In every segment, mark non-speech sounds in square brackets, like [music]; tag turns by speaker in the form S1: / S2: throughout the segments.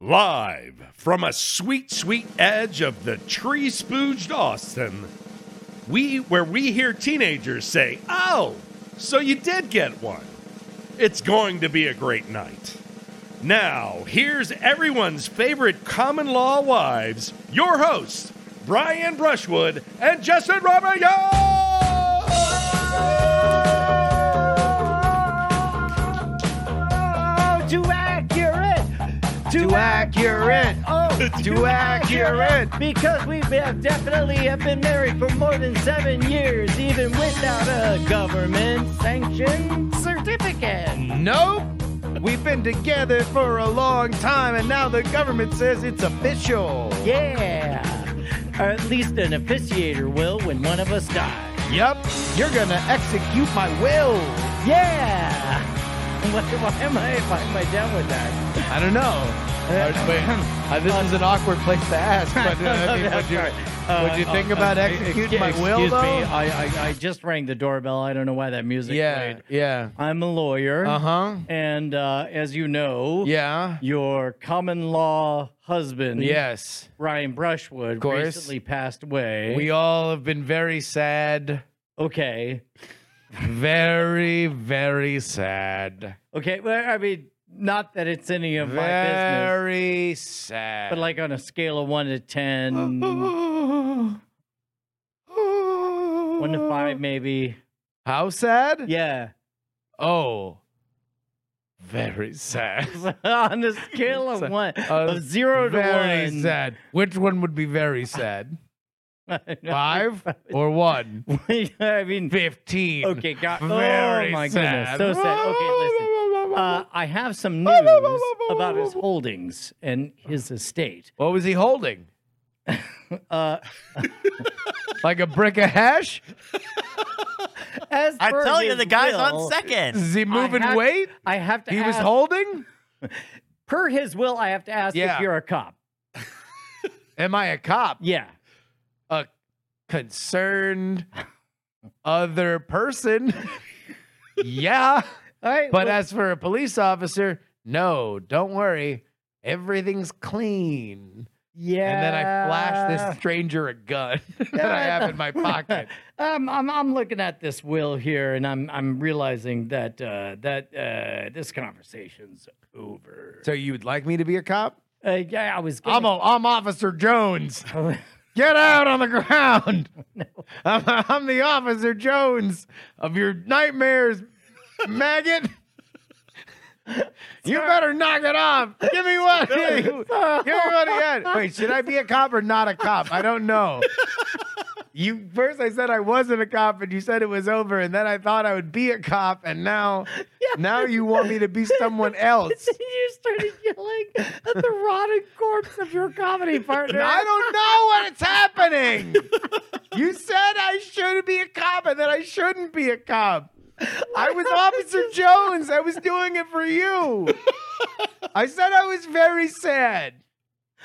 S1: Live from a sweet, sweet edge of the tree spooged Austin, we where we hear teenagers say, Oh, so you did get one. It's going to be a great night. Now, here's everyone's favorite common law wives, your hosts, Brian Brushwood and Justin Robert
S2: Oh, too accurate. Too, accurate. Oh,
S3: [laughs]
S2: too accurate. Because we have definitely have been married for more than seven years, even without a government sanction certificate.
S3: Nope. We've been together for a long time, and now the government says it's official.
S2: Yeah. Or at least an officiator will when one of us dies.
S3: Yep, you're gonna execute my will.
S2: Yeah. [laughs] Why, why am I why am I down with that?
S3: I [laughs] don't know. Uh, [laughs] wait, uh, this is an awkward place to ask, but uh, [laughs] I mean, would you, would you think about executing
S2: executing
S3: my will,
S2: Excuse
S3: though?
S2: me. I, I, I just rang the doorbell. I don't know why that music
S3: yeah,
S2: played.
S3: yeah.
S2: I'm a lawyer.
S3: Uh huh.
S2: And uh, as you know,
S3: Yeah.
S2: your common law husband,
S3: Yes.
S2: Brian Brushwood,
S3: course.
S2: recently passed away.
S3: We all have been very sad.
S2: okay.
S3: Very, very sad.
S2: Okay. Well, I mean, not that it's any of my business,
S3: Very sad.
S2: but like on a scale of one to
S3: [laughs]
S2: 10, one um,
S3: One
S2: to five, maybe.
S3: How sad?
S2: Yeah. [laughs]
S3: Oh, very sad. [laughs]
S2: on the scale of
S3: Sad.
S2: one,
S3: Uh,
S2: of zero to
S3: very
S2: one.
S3: sad. Which one would be very sad?
S2: [laughs] I know.
S3: Five or one?
S2: [laughs] I mean,
S3: Fifteen.
S2: okay. God.
S3: Very
S2: oh, my
S3: sad.
S2: goodness. So sad. Okay. Listen.
S3: [laughs]
S2: Uh, I have some news about his holdings and his estate.
S3: what was he holding?
S2: Uh,
S3: Like a brick of hash?
S2: as
S4: I
S2: per
S4: tell you,
S2: his
S4: the guy's
S2: will-
S4: on second.
S3: Is he moving
S2: have-
S3: weight?
S2: I have to.
S3: He was
S2: ask-
S3: holding?
S2: per his will. I have to ask
S3: Yeah.
S2: if you're a cop.
S3: Am I a cop?
S2: Yeah.
S3: A concerned other person?
S2: [laughs]
S3: yeah.
S2: All right.
S3: But uh,
S2: well,
S3: as for a police officer, no, don't worry. Everything's clean.
S2: yeah.
S3: And then I flash this stranger a gun [laughs] that I have [laughs] in my pocket.
S2: Um, I'm I'm looking at this will here, and I'm I'm realizing that uh, that uh, this conversation's over.
S3: So you would like me to be a cop?
S2: Uh, yeah, I was.
S3: I'm,
S2: getting-
S3: a, I'm Officer Jones. [laughs] Get out on the [laughs] ground. I'm, I'm the Officer Jones of your nightmares, maggot. You better knock it off. Give me one.
S2: [laughs]
S3: Give me one again. Wait, should I be a cop or not a cop? I don't know. You first I said I wasn't a cop and you said it was over and then I thought I would be a cop and now now you want me to be someone else.
S2: [laughs] you started yelling at the rotting corpse of your comedy partner.
S3: [laughs] I don't know what it's happening. you said I should be a cop and that I shouldn't be a cop. I was Officer Jones. I was doing it for you. I said I was very sad.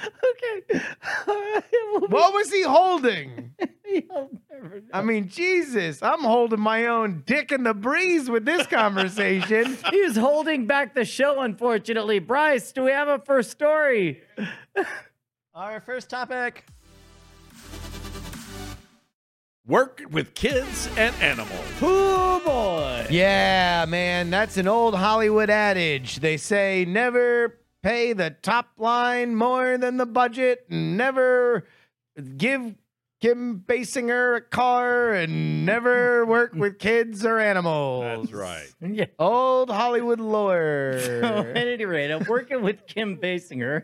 S2: Okay. [laughs] It will be- [laughs]
S3: What was he holding?
S2: I'll never know.
S3: I mean, Jesus, I'm holding my own dick in the breeze with this conversation.
S2: He's holding back the show, unfortunately. Bryce, do we have a first story?
S4: Our first topic.
S1: Work with kids and animals.
S2: Pooh boy.
S3: Yeah, man, that's an old Hollywood adage. They say never pay the top line more than the budget, and never give Kim Basinger a car, and
S1: [laughs]
S3: never work with kids or animals.
S1: That's right.
S2: Yeah.
S3: Old Hollywood
S2: So, [laughs] at
S1: [laughs]
S3: lore. [laughs]
S2: any rate, I'm working with Kim Basinger.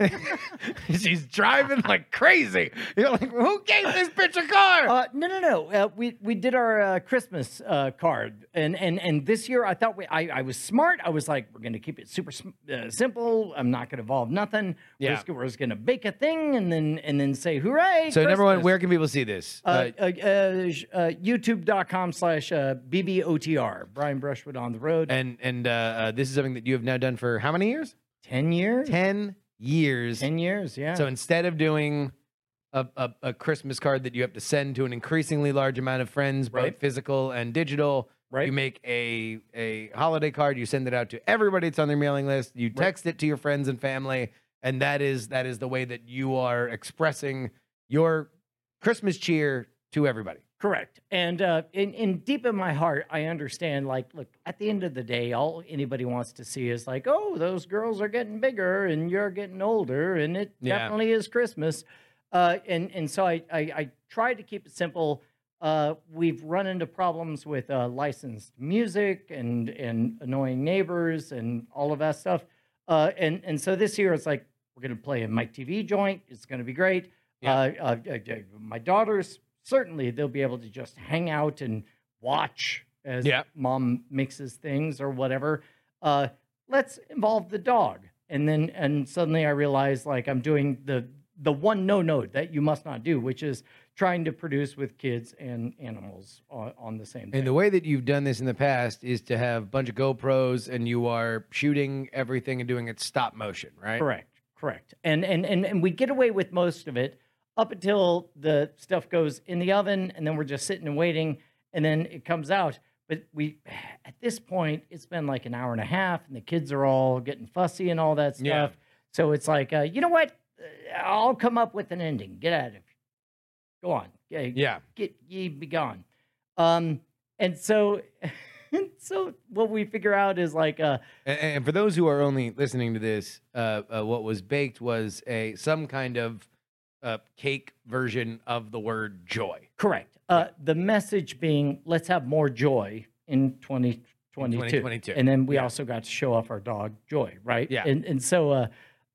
S3: She's driving like crazy. You're like, who gave this bitch a car?
S1: Oh,
S2: Uh, no, no, no. Uh, we we did our uh, Christmas uh, card, and and and this year I thought we I, I was smart. I was like, we're gonna keep it super sm- uh, simple. I'm not gonna evolve nothing. We're,
S3: Yeah.
S2: just, we're just gonna bake a thing and then and then say hooray.
S3: so, number one,
S2: Christmas."
S3: where can people see this?
S2: Uh, uh, uh, sh- uh, YouTube.com slash uh, BBOTR, Brian Brushwood on the road.
S3: and and uh, uh, this is something that you have now done for how many years?
S2: 10 years?
S3: 10 years.
S2: 10 years, yeah.
S3: So instead of doing a, a, a Christmas card that you have to send to an increasingly large amount of friends,
S2: Right.
S3: both physical and digital,
S2: Right.
S3: you make a, a holiday card, you send it out to everybody that's on their mailing list, you text it to your friends and family, and that is that is the way that you are expressing your Christmas cheer to everybody.
S2: Correct. And uh, in, in deep in my heart, I understand. Like, look, at the end of the day, all anybody wants to see is like, oh, those girls are getting bigger and you're getting older, and it
S3: Yeah.
S2: definitely is Christmas. Uh, and and so I I, I tried to keep it simple. Uh, we've run into problems with uh, licensed music and and annoying neighbors and all of that stuff. Uh, and and so this year it's like we're gonna play a Mike TV joint. It's gonna be great.
S3: Yeah.
S2: Uh, uh, uh, uh, my daughters certainly they'll be able to just hang out and watch as
S3: Yeah.
S2: mom mixes things or whatever. Uh, let's involve the dog. And then and suddenly I realize like I'm doing the the one no no that you must not do, which is trying to produce with kids and animals on, on the same day.
S3: And the way that you've done this in the past is to have a bunch of GoPros and you are shooting everything and doing it stop motion, right?
S2: Correct, correct. And and and and we get away with most of it up until the stuff goes in the oven, and then we're just sitting and waiting, and then it comes out. But we, [sighs] at this point, it's been like an hour and a half, and the kids are all getting fussy and all that stuff.
S3: Yeah.
S2: So it's like, uh, you know what? I'll come up with an ending. Get out of here. Go on. Yeah,
S3: Yeah.
S2: get ye begone. Um, and so, [laughs] and so what we figure out is like, uh,
S3: And, and for those who are only listening to this, uh, uh, what was baked was a some kind of uh, cake version of the word joy.
S2: Correct. Uh, the message being, let's have more joy in 2022.
S3: 2022.
S2: And then we
S3: Yeah.
S2: also got to show off our dog, Joy, right?
S3: Yeah.
S2: And, and so uh,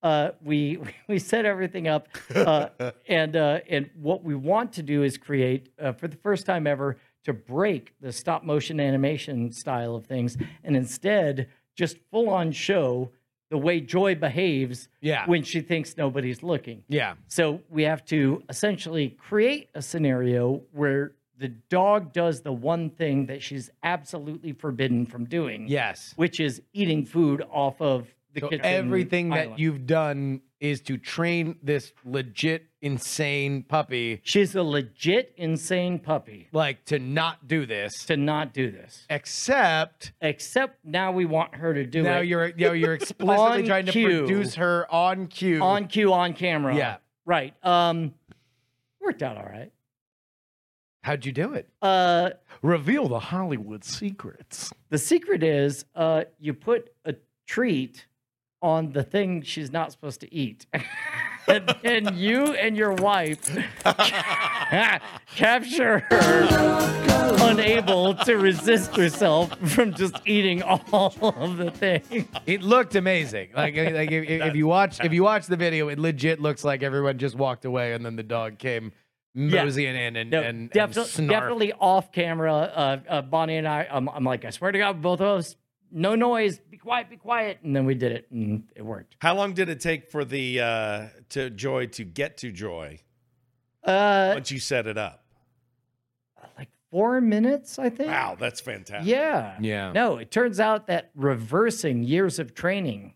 S2: uh, we, [laughs] we set everything up. Uh,
S3: [laughs]
S2: and, uh, and what we want to do is create, uh, for the first time ever, to break the stop motion animation style of things and instead just full on show the way Joy behaves
S3: Yeah.
S2: when she thinks nobody's looking.
S3: yeah.
S2: So we have to essentially create a scenario where the dog does the one thing that she's absolutely forbidden from doing,
S3: Yes.
S2: which is eating food off of the
S3: So
S2: kitchen.
S3: everything that
S2: island.
S3: you've done is to train this legit insane puppy
S2: She's a legit insane puppy
S3: like to not do this,
S2: to not do this.
S3: except
S2: Except now we want her to do
S3: now
S2: it
S3: you're you know, you're [laughs] explicitly
S2: On
S3: trying to
S2: cue.
S3: produce her on cue.
S2: on cue on camera.
S3: Yeah.
S2: Right. Um worked out all right.
S3: How'd you do it?
S2: Uh
S1: Reveal the Hollywood secrets.
S2: The secret is uh, you put a treat on the thing she's not supposed to eat. [laughs] and then you and your wife [laughs] capture her unable to resist herself from just eating all of the thing.
S3: It looked amazing. Like, I- like if, if you watch if you watch the video, it legit looks like everyone just walked away and then the dog came moseying in and
S2: No,
S3: and, and
S2: defi-
S3: snarfed.
S2: definitely off camera. Uh, uh, Bonnie and I, I'm, I'm like, I swear to God, both of us, no noise, be quiet, be quiet. And then we did it and it worked.
S1: How long did it take for the uh, to joy to get to joy
S2: Uh,
S1: once you set it up?
S2: like four minutes, I think.
S1: Wow, that's fantastic.
S2: Yeah.
S3: Yeah.
S2: No, it turns out that reversing years of training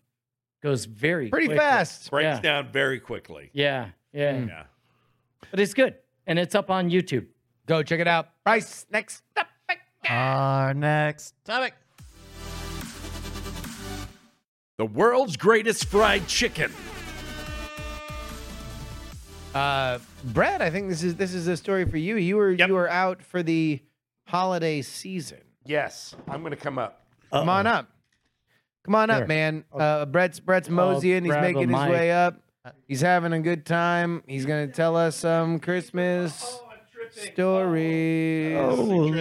S2: goes very
S3: Pretty
S2: quickly.
S3: fast.
S1: Breaks
S2: Yeah.
S1: down very quickly.
S2: Yeah, yeah.
S5: Hmm.
S1: Yeah.
S2: But it's good, and it's up on YouTube.
S3: Go check it out. Bryce, next up.
S6: Our next topic.
S1: The world's greatest fried chicken.
S3: Uh, Brad, I think this is this is a story for you. You were
S1: Yep.
S3: you were out for the holiday season.
S1: Yes, I'm going to come up.
S3: Come on up. Come on
S2: Here.
S3: up, man. Uh, Brett's Brett's moseying. He's
S2: Oh. grab a
S3: making his
S2: mic.
S3: way up. He's having a good time. He's gonna tell us some Christmas
S5: Oh,
S3: stories.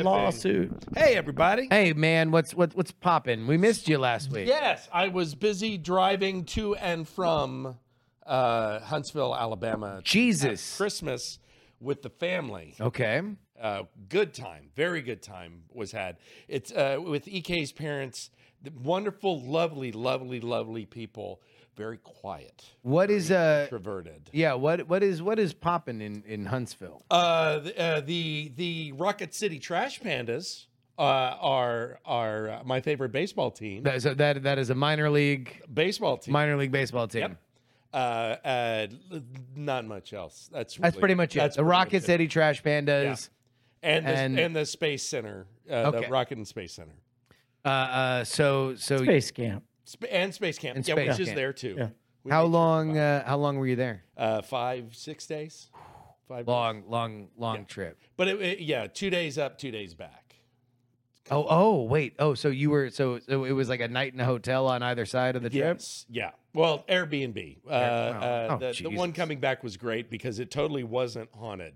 S2: lawsuit!
S1: Hey, everybody.
S3: Hey, man, what's what, what's popping? We missed you last week.
S5: Yes, I was busy driving to and from uh, Huntsville, Alabama. to
S3: Jesus.
S5: have Christmas with the family.
S3: Okay.
S5: Uh, good time, very good time was had. It's uh, with EK's parents, the wonderful, lovely, lovely, lovely people. Very quiet,
S3: What is uh?
S5: introverted.
S3: Yeah. What what is what is popping in in Huntsville?
S5: Uh, the, uh, the the Rocket City Trash Pandas uh, are are uh, my favorite baseball team.
S3: That is a, that that is a minor league
S5: baseball team.
S3: minor league baseball team.
S5: Yep. uh, uh, l- not much else. That's
S3: That's
S5: really-
S3: pretty much it.
S5: that's
S3: the
S5: pretty
S3: Rocket
S5: much it.
S3: City Trash Pandas.
S5: and the,
S3: and-
S5: and, the Space Center, uh,
S3: Okay.
S5: the Rocket and Space Center,
S3: Uh, uh, so so
S2: Space camp.
S5: Sp- and Space Camp,
S3: And
S5: yeah,
S3: Space
S5: which is
S3: Camp.
S5: there too.
S2: Yeah.
S5: We
S3: How
S5: made sure
S3: long?
S5: about-
S3: Uh, how long were you there?
S5: uh, five, six days. Five. days.
S3: Long, long, long
S5: Yeah.
S3: trip.
S5: But it, it- yeah, two days up, two days back.
S3: Oh, oh, wait. Oh, so you were so so it was like a night in a hotel on either side of the trip.
S5: Yes. Yeah. Well, Airbnb. Uh, uh,
S3: oh,
S5: the, the one
S3: Jesus.
S5: coming back was great because it totally wasn't haunted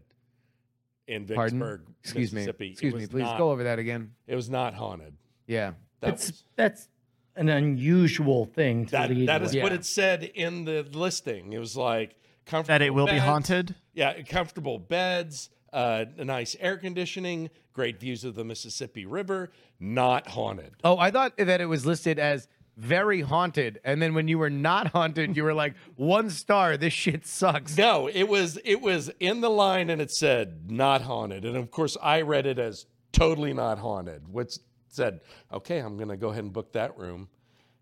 S5: in
S3: Pardon?
S5: Vicksburg,
S3: Excuse me.
S5: Mississippi. It
S3: Excuse me.
S5: was
S3: Please
S5: not-
S3: go over that again.
S5: It was not haunted.
S3: Yeah.
S5: That
S2: It's
S5: was-
S2: that's an unusual thing to
S5: that,
S2: lead
S5: that is
S2: with.
S5: what
S3: Yeah.
S5: it said in the listing. It was like comfortable
S7: That it will be
S5: beds-
S7: haunted.
S5: Yeah, comfortable beds, uh, nice air conditioning, great views of the Mississippi River. Not haunted.
S3: Oh, I thought that it was listed as very haunted, and then when you were not [laughs] haunted, you were like one star. This shit sucks.
S5: No, it was it was in the line and it said not haunted. And of course I read it as totally not haunted, which said, okay, I'm gonna go ahead and book that room.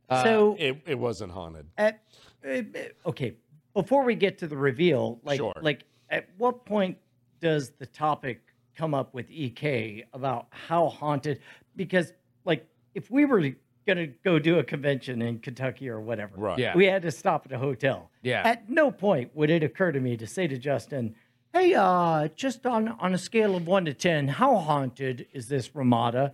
S5: Uh,
S2: So-
S5: it, it wasn't haunted.
S2: at eh, eh, okay before we get to the reveal like
S5: Sure.
S2: like at what point does the topic come up with ek about how haunted because like if we were going to go do a convention in kentucky or whatever
S5: Right.
S3: Yeah.
S2: we had to stop at a hotel
S3: Yeah.
S2: at no point would it occur to me to say to justin hey uh just on on a scale of 1 to 10 how haunted is this ramada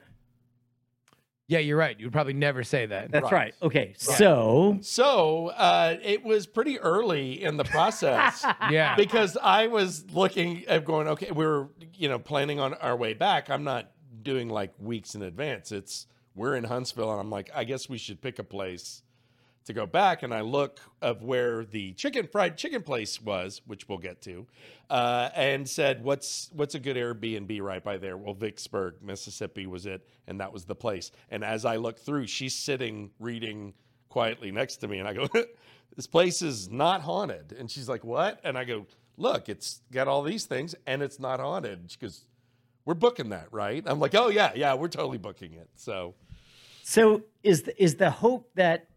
S3: Yeah, you're right. You'd probably never say that.
S2: that's
S5: Right.
S2: right, okay so
S5: So uh, it was pretty early in
S7: [laughs]
S5: the process.
S3: yeah.
S5: because I was looking at going, okay, we were, you know, planning on our way back. I'm not doing like weeks in advance. It's we're in Huntsville, and I'm like, I guess we should pick a place to go back. And I look of where the chicken fried chicken place was, which we'll get to, uh, and said, what's what's a good Airbnb right by there? Well, Vicksburg, Mississippi was it, and that was the place. And as I look through, she's sitting reading quietly next to me, and I go, [laughs] "This place is not haunted." And she's like, "What?" And I go, "Look, it's got all these things, and it's not haunted." She goes, "We're booking that, right?" I'm like, "Oh yeah, yeah, we're totally booking it." So
S2: So is the, is the hope that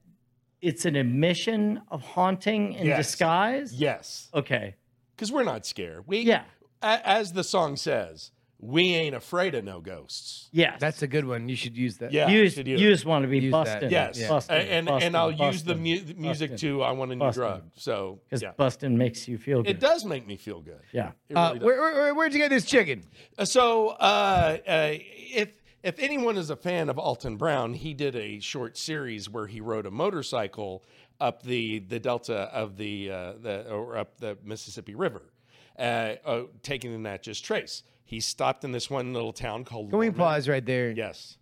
S2: it's an admission of haunting in
S5: Yes.
S2: disguise?
S5: yes,
S2: Okay.
S5: because we're not scared. We
S2: Yeah.
S5: a- as the song says, we ain't afraid of no ghosts.
S2: Yes.
S3: That's a good one. You should use that.
S5: Yeah,
S2: use.
S5: should
S2: You
S5: you-
S2: just want to be
S3: Use that.
S2: busting.
S5: Yes,
S3: Yeah.
S2: Busting,
S5: and
S2: busting,
S5: and I'll use the
S2: busting,
S5: mu- music
S2: busting.
S5: too. I want a new
S2: Busting.
S5: drug. So
S2: Because
S5: yeah,
S2: busting makes you feel good.
S5: it does make me feel good.
S2: Yeah.
S5: It
S3: Uh,
S5: really does.
S3: where, where, where- where'd you get this chicken?
S5: So, uh, uh, if if anyone is a fan of Alton Brown, he did a short series where he rode a motorcycle up the the delta of the uh, the or up the Mississippi River, uh, uh, taking the Natchez Trace. He stopped in this one little town called.
S3: Can we
S5: Lorman.
S3: pause right there?
S5: Yes.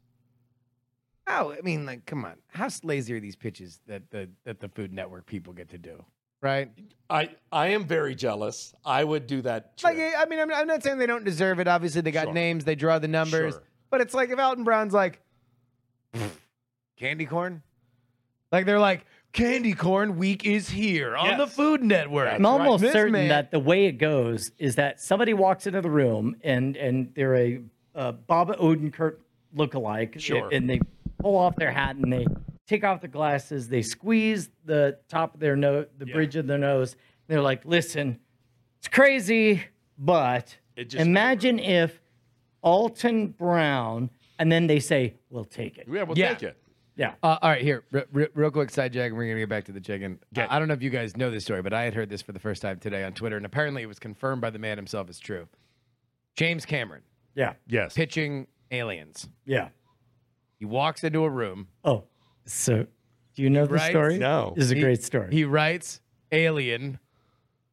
S3: Oh, I mean, like, come on. How lazy are these pitches that the that the Food Network people get to do? Right?
S5: I, I am very jealous. I would do that. Trip.
S3: Like, I mean, I'm, I'm not saying they don't deserve it. Obviously, they got
S5: Sure.
S3: names, they draw the numbers.
S5: Sure.
S3: But it's like if Elton Brown's like, candy corn? Like, they're like, candy corn week is here on the
S5: Yes.
S3: Food Network.
S5: That's
S2: I'm almost
S3: This
S2: certain
S3: man-
S2: that the way it goes is that somebody walks into the room and and they're a, uh Bob Odenkirk lookalike,
S5: Sure.
S2: and they pull off their hat and they take off the glasses, they squeeze the top of their nose, the bridge of their nose. they're like, "Listen, it's crazy, but
S5: It just-
S2: imagine if Alton Brown." And then they say, "We'll take it."
S5: Yeah, we'll
S3: Yeah.
S5: take it.
S2: Yeah.
S3: Uh, all right, here, re- re- real quick sidejack, and we're gonna get back to the chicken.
S5: Okay.
S3: I I don't know if you guys know this story, but I had heard this for the first time today on Twitter, and apparently it was confirmed by the man himself as true. James Cameron
S2: Yeah.
S5: Yes.
S3: pitching aliens.
S2: Yeah.
S3: He walks into a room.
S2: Oh, so do you know the
S3: writes-
S2: story?
S5: No.
S2: This is a
S3: He-
S2: great story.
S3: He writes "alien"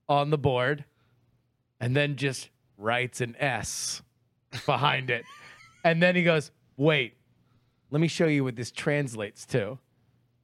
S3: on the board, and then just writes an S behind
S5: [laughs]
S3: it, and then he goes, "Wait, let me show you what this translates to."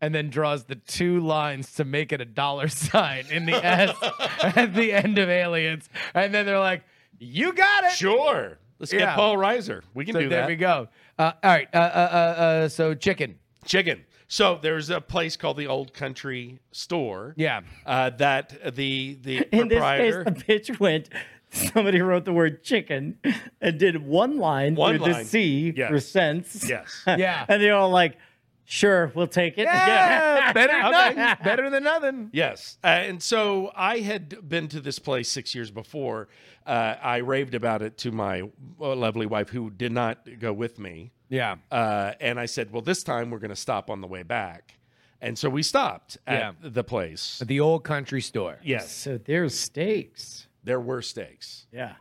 S3: And then draws the two lines to make it a dollar sign in the S
S5: [laughs]
S3: at the end of Aliens. And then they're like, You got it.
S5: Sure. Let's get
S3: Yeah.
S5: Paul Reiser. We can
S3: So
S5: do
S3: there
S5: that.
S3: we go. Uh, all right. Uh, uh, uh, uh, so, chicken.
S5: Chicken. So there's a place called the Old Country Store.
S3: Yeah.
S5: uh, that the the [laughs]
S2: In this case,
S5: proprietor
S2: the pitch went. Somebody wrote the word chicken and did one line
S5: One
S2: with
S5: line.
S2: the C
S5: Yes.
S2: for sense. [laughs]
S5: yes
S3: Yeah.
S2: And they're all like, sure, we'll take it.
S3: Yeah, [laughs] better
S5: [laughs]
S3: than nothing. Better than nothing.
S5: yes uh, and so i had been to this place six years before uh, i raved about it to my uh, lovely wife who did not go with me
S3: Yeah.
S5: uh, and i said well this time we're going to stop on the way back And so we stopped at
S2: Yeah.
S5: the place.
S3: the old country store.
S5: Yes,
S2: So there's steaks.
S5: there were steaks.
S2: Yeah.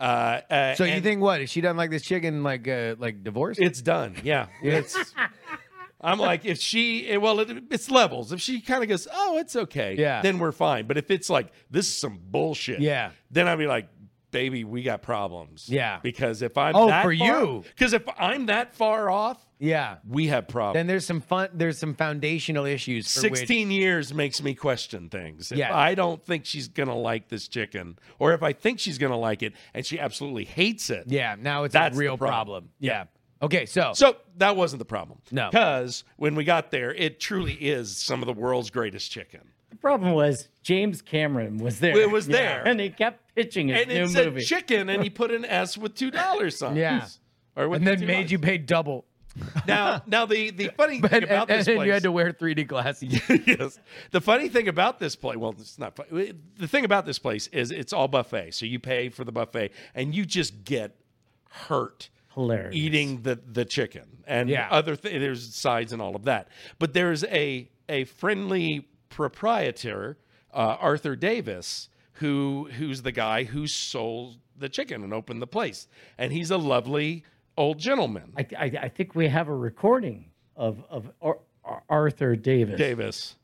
S5: Uh, uh,
S3: So you
S5: and
S3: think what? Is she done like this chicken like uh, like divorce?
S5: it's done? Yeah, it's. I'm like, if she, eh, well, it, it's levels. If she kind of goes, oh, it's okay,
S3: Yeah.
S5: then we're fine. But if it's like this is some
S3: [laughs]
S5: bullshit,
S3: Yeah.
S5: then I'd be like, baby, we got problems.
S3: Yeah.
S5: because if I'm
S3: Oh,
S5: that
S3: for
S5: far-
S3: you.
S5: because if I'm that far off,
S3: yeah.
S5: we have problems.
S3: Then there's some fun. There's some foundational issues. For which-
S5: 16 years makes me question things. If
S3: Yeah.
S5: I don't think she's going to like this chicken, or if I think she's going to like it and she absolutely hates it.
S3: yeah. Now it's
S5: That's
S3: a
S5: the
S3: real problem.
S5: problem.
S3: Yeah. Okay. So.
S5: So that wasn't the problem.
S3: No.
S5: Because when we got there, it truly is some of the world's greatest chicken.
S2: The problem was James Cameron was there.
S5: It was
S2: Yeah.
S5: there.
S2: And he kept pitching his
S5: And
S2: new
S5: it said
S2: movie.
S5: chicken, and he put an S with two dollar signs.
S3: Yeah.
S5: Or with
S3: and then
S5: two
S3: made you
S5: lines.
S3: pay double. [laughs]
S5: now. Now the the funny thing
S3: And,
S5: about
S3: and, and
S5: this
S3: then
S5: place,
S3: you had to wear 3D glasses.
S5: [laughs] yes. The funny thing about this place, well, it's not funny. The thing about this place is it's all buffet. So you pay for the buffet and you just get hurt
S2: Hilarious.
S5: eating the the chicken and
S3: Yeah.
S5: other th- there's sides and all of that. But there's a a friendly proprietor, uh, Arthur Davis, who who's the guy who sold the chicken and opened the place. And he's a lovely old gentleman.
S2: I, I, I think we have a recording of, of Ar- Ar- Arthur Davis.
S5: Davis.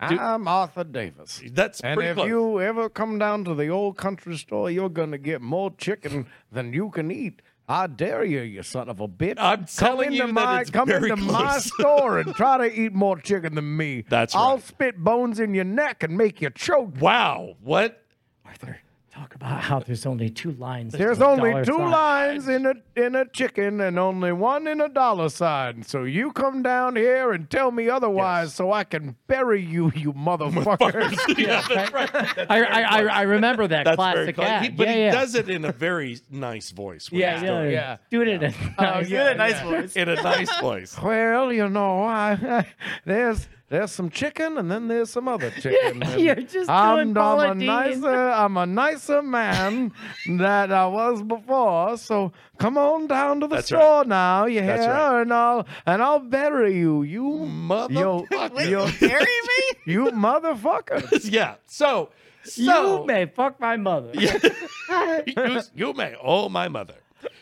S3: I'm Arthur Davis.
S5: That's
S3: And
S5: pretty
S3: if
S5: close.
S3: you ever come down to the old country store, you're gonna get more chicken than you can eat. I dare you, you son of a bitch.
S5: I'm
S3: come
S5: telling
S3: into
S5: you that
S3: my,
S5: it's
S3: come
S5: very
S3: into my
S5: close. [laughs]
S3: store and try to eat more chicken than me.
S5: That's
S3: I'll
S5: right.
S3: spit bones in your neck and make you choke.
S5: wow. What
S3: [laughs]
S2: Arthur, talk about how there's only two lines. to
S3: There's
S2: a
S3: only
S2: dollar
S3: two
S2: sign.
S3: lines in a in a chicken and only one in a dollar sign. So you come down here and tell me otherwise, so I can bury you,
S5: [laughs]
S3: you motherfucker.
S5: yeah, that's right. That's
S2: I,
S5: very
S2: I, I,
S5: close.
S2: I remember that
S5: That's very
S2: classic
S5: close.
S2: ad.
S5: He- but
S2: yeah,
S5: he
S2: yeah.
S5: does it in a very nice voice. when
S2: Yeah,
S5: he's
S2: yeah,
S5: doing it.
S3: yeah. Oh,
S2: Do it [laughs] in a nice-
S3: yeah, Nice yeah.
S2: voice.
S5: in a nice voice.
S3: Well, you know, I there's there's some chicken and then there's some
S2: [laughs]
S3: other chicken. and
S2: You're just
S3: I'm,
S2: doing
S3: I'm
S2: Paula
S3: a
S2: Dean.
S3: nicer I'm a
S2: [laughs]
S3: nicer man that I was before. So come on down to the
S5: That's right.
S3: store now, you
S5: That's
S3: hear,
S5: right.
S3: and I'll and I'll bury
S2: [laughs]
S3: you, you yo,
S5: Motherfucker.
S3: yo,
S8: Carry me?
S3: [laughs] you motherfucker.
S5: [laughs] yeah. So,
S2: You
S5: so
S2: may fuck my mother.
S5: you, you may. Oh, my mother.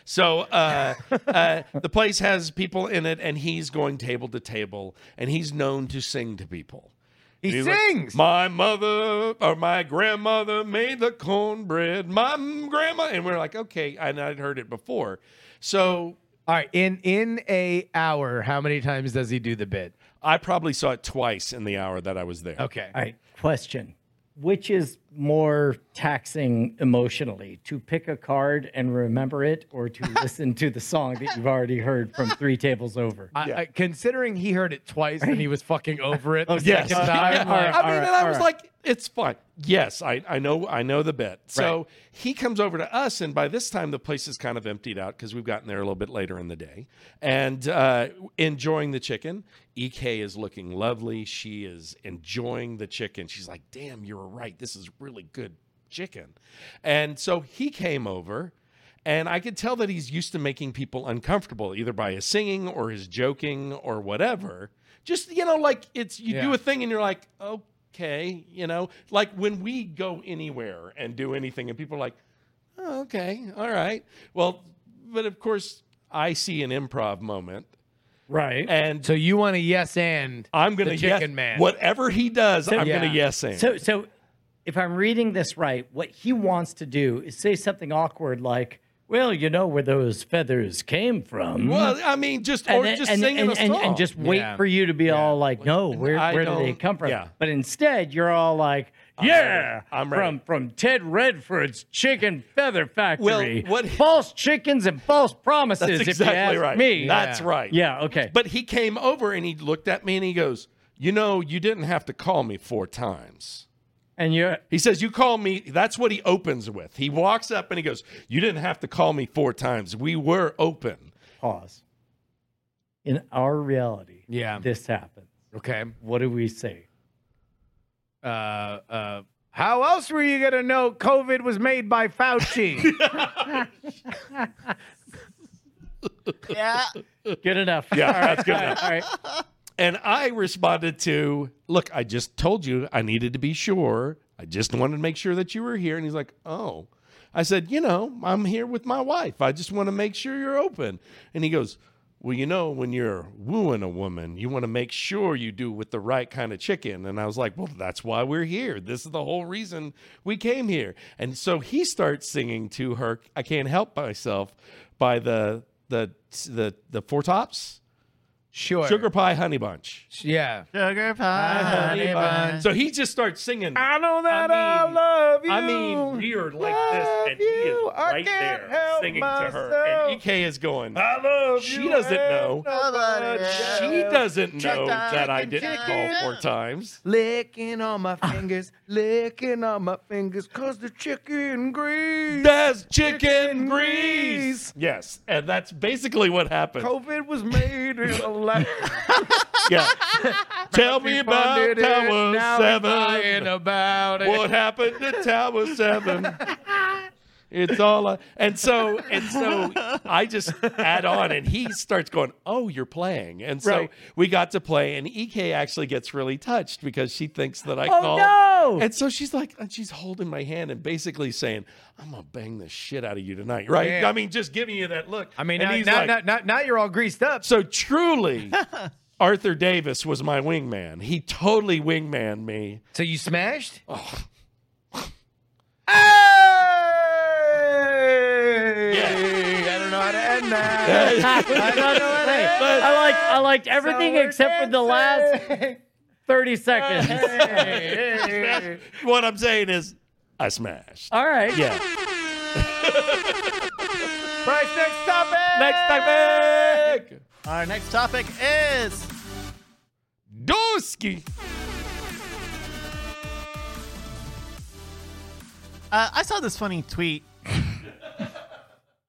S5: So uh, uh, the place has people in it, and he's going table to table, and he's known to sing to people.
S3: He
S5: He's like,
S3: sings.
S5: my mother or my grandmother made the cornbread. My m- grandma, and we're like, okay, and I'd heard it before. So
S3: All right, in in a hour, how many times does he do the bit?
S5: I probably saw it twice in the hour that I was there.
S3: Okay.
S2: All right, question. Which is more taxing emotionally, to pick a card and remember it or
S3: [laughs]
S2: to listen to the song that you've already heard from three tables over?
S3: I, I, considering he heard it twice and he was fucking over
S5: [laughs]
S3: it the
S5: Oh, Yes.
S3: second time,
S5: Yeah.
S3: like-
S5: I mean, and I was like, it's fine. Yes, I, I know I know the bet. So he comes over to us, and by this time the place is kind of emptied out because we've gotten there a little bit later in the day. And uh, enjoying the chicken. Ek is looking lovely. She is enjoying the chicken. She's like, damn, you were right. This is really good chicken. And so he came over. And I could tell that he's used to making people uncomfortable, either by his singing or his joking or whatever. Just, you know, like it's you do
S3: Yeah.
S5: a thing and you're like, okay, you know, like when we go anywhere and do anything and people are like, oh, okay, all right. Well, but of course, I see an improv moment
S2: Right.
S5: and
S3: So you want a yes and
S5: I'm going
S3: the
S5: to
S3: chicken
S5: yes,
S3: man.
S5: whatever he does, I'm going
S3: Yeah.
S5: to yes and.
S2: So, so if I'm reading this right, what he wants to do is say something awkward like, well, you know where those feathers came from.
S5: well, I mean, just or
S2: then-
S5: just singing
S2: and,
S5: a song.
S2: and, and just wait
S3: Yeah.
S2: for you to be all like, no, where,
S5: I
S2: where do they
S5: don't-
S2: come from?
S5: yeah.
S2: But instead, you're all like, yeah,
S5: ready. I'm
S2: from
S5: ready."
S2: from Ted Redford's Chicken Feather Factory.
S5: what-
S2: false chickens and false promises?
S5: that's
S2: if you
S5: exactly
S2: ask
S5: right.
S2: me,
S5: That's right.
S2: yeah, okay.
S5: But he came over and he looked at me and he goes, You know, you didn't have to call me four times.
S2: and you're
S5: He says, You call me. That's what he opens with. He walks up and he goes, You didn't have to call me four times. We were open.
S2: pause. In our reality,
S3: Yeah.
S2: this happens.
S3: okay?
S2: What do we say?
S3: Uh, uh, how else were you gonna know COVID was made by Fauci?
S8: Yeah.
S2: Good enough.
S5: Yeah, that's good enough.
S2: All right.
S5: And I responded to, Look, I just told you I needed to be sure. I just wanted to make sure that you were here. And he's like, Oh. I said, You know, I'm here with my wife. I just want to make sure you're open. And he goes, Well, you know, when you're wooing a woman, you want to make sure you do with the right kind of chicken. And I was like, Well, that's why we're here. This is the whole reason we came here. And so he starts singing to her, I Can't Help Myself by the, the, the, the Four Tops.
S3: Sure.
S5: Sugar Pie Honey Bunch.
S3: Yeah.
S8: Sugar pie, honey bun.
S5: So he just starts singing.
S3: I know that I,
S1: I mean-
S3: love you.
S1: I mean, we are like this, and he is
S3: Love you. I
S1: right
S3: can't
S1: there
S3: help
S1: singing to her.
S3: myself.
S1: And
S5: EK E is going.
S1: I love
S5: She doesn't know.
S3: Nobody
S5: She
S3: else.
S5: doesn't know
S3: Check
S5: that I
S3: and
S5: didn't
S3: check
S5: call
S3: it
S5: four times.
S3: Licking on my fingers, licking on my fingers, cause the chicken grease.
S5: That's chicken
S3: grease.
S5: grease. Yes, and that's basically what happened.
S3: COVID was made in a lab.
S5: [laughs]
S3: [laughs]
S5: Yeah. Tell me about
S3: Funded it,
S5: Tower
S3: now we're lying
S5: Seven.
S3: about it.
S5: What happened to Tower Seven? It's all I, and so and so I [laughs] just add on and he starts going, "Oh, you're playing." And so
S2: Right.
S5: we got to play and EK actually gets really touched because she thinks that I
S2: Oh
S5: called
S2: no!
S5: And so she's like, and she's holding my hand and basically saying, "I'm gonna bang the shit out of you tonight, right?"
S3: Yeah.
S5: I mean, just giving you that look.
S3: I mean,
S5: and
S3: now,
S5: he's
S3: now,
S5: like-
S3: now, now, now you're all greased up. [laughs]
S5: so truly, Arthur Davis was my wingman. He totally wingman me.
S3: So you smashed?
S5: Oh.
S3: Hey!
S5: Yeah.
S3: I don't know how to end that. I
S5: Hey.
S3: don't know how to end
S5: But-
S2: I like I liked everything
S3: So we're
S2: except for the last
S3: dancing.
S2: 30
S3: [laughs]
S2: seconds.
S3: Hey, hey, hey.
S5: what I'm saying is, I smashed.
S2: All right.
S5: Yeah.
S3: Bryce, next topic.
S5: Next topic.
S8: Our next topic is
S5: Dorsky.
S8: uh, I saw this funny tweet.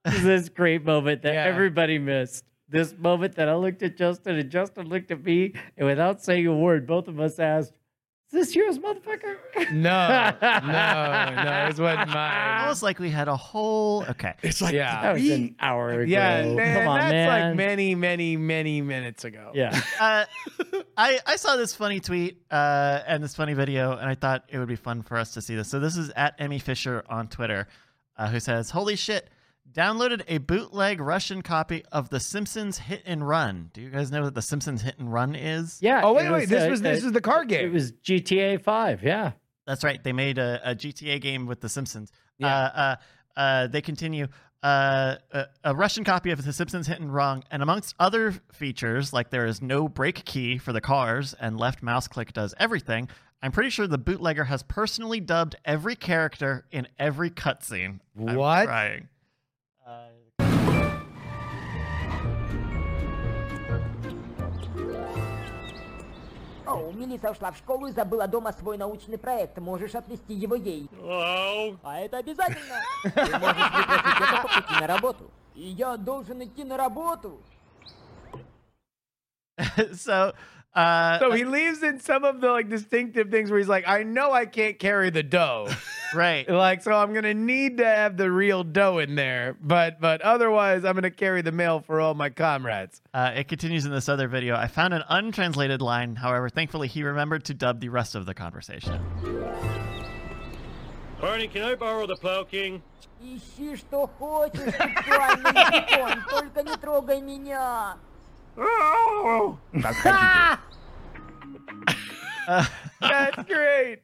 S2: This is this great moment that
S3: Yeah.
S2: everybody missed. This moment that I looked at Justin and Justin looked at me, and without saying a word, both of us asked, Is this yours, motherfucker? [laughs]
S3: No, no, no. This wasn't
S8: It
S3: mine.
S8: was like we had a whole. Okay.
S5: It's like
S3: Yeah.
S2: That was an hour ago.
S3: Yeah, man,
S2: Come on,
S3: that's
S2: man.
S3: like many, many, many minutes ago.
S2: Yeah.
S8: Uh, I, I saw this funny tweet uh, and this funny video, and I thought it would be fun for us to see this. So, this is at Emmy Fisher on Twitter, uh, who says, Holy shit, downloaded a bootleg Russian copy of The Simpsons Hit and Run. Do you guys know what The Simpsons Hit and Run is?
S2: Yeah.
S3: Oh
S2: it
S3: wait, wait. This
S2: uh,
S3: was this
S2: uh,
S3: is the car game.
S2: It was GTA 5. Yeah.
S8: That's right. They made a, a GTA game with The Simpsons.
S2: Yeah.
S8: Uh, uh, uh, they continue. Uh, a, a Russian copy of The Simpsons Hit and Wrong, and amongst other features, like there is no brake key for the cars and left mouse click does everything. I'm pretty sure the bootlegger has personally dubbed every character in every cutscene. I'm
S3: What?
S8: crying.
S9: О, Мелиса ушла в школу и забыла дома свой научный проект. Можешь отвезти его ей. А это обязательно. Ты можешь попросить это по пути на работу. И я должен идти на работу.
S8: [laughs] so, uh,
S3: so he leaves in some of the like distinctive things where he's like, I know I can't carry the [laughs] dough.
S8: right.
S3: like, so I'm gonna need to have the real dough in there, but but otherwise I'm gonna carry the mail for all my comrades.
S8: Uh, it continues in this other video. I found an untranslated line. However, thankfully, he remembered to dub the rest of the conversation.
S10: Barney, can I borrow the Plow King?
S9: Ищи, что хочешь, сексуальный дракон. Только не трогай меня.
S1: [laughs]
S3: That's [laughs] great.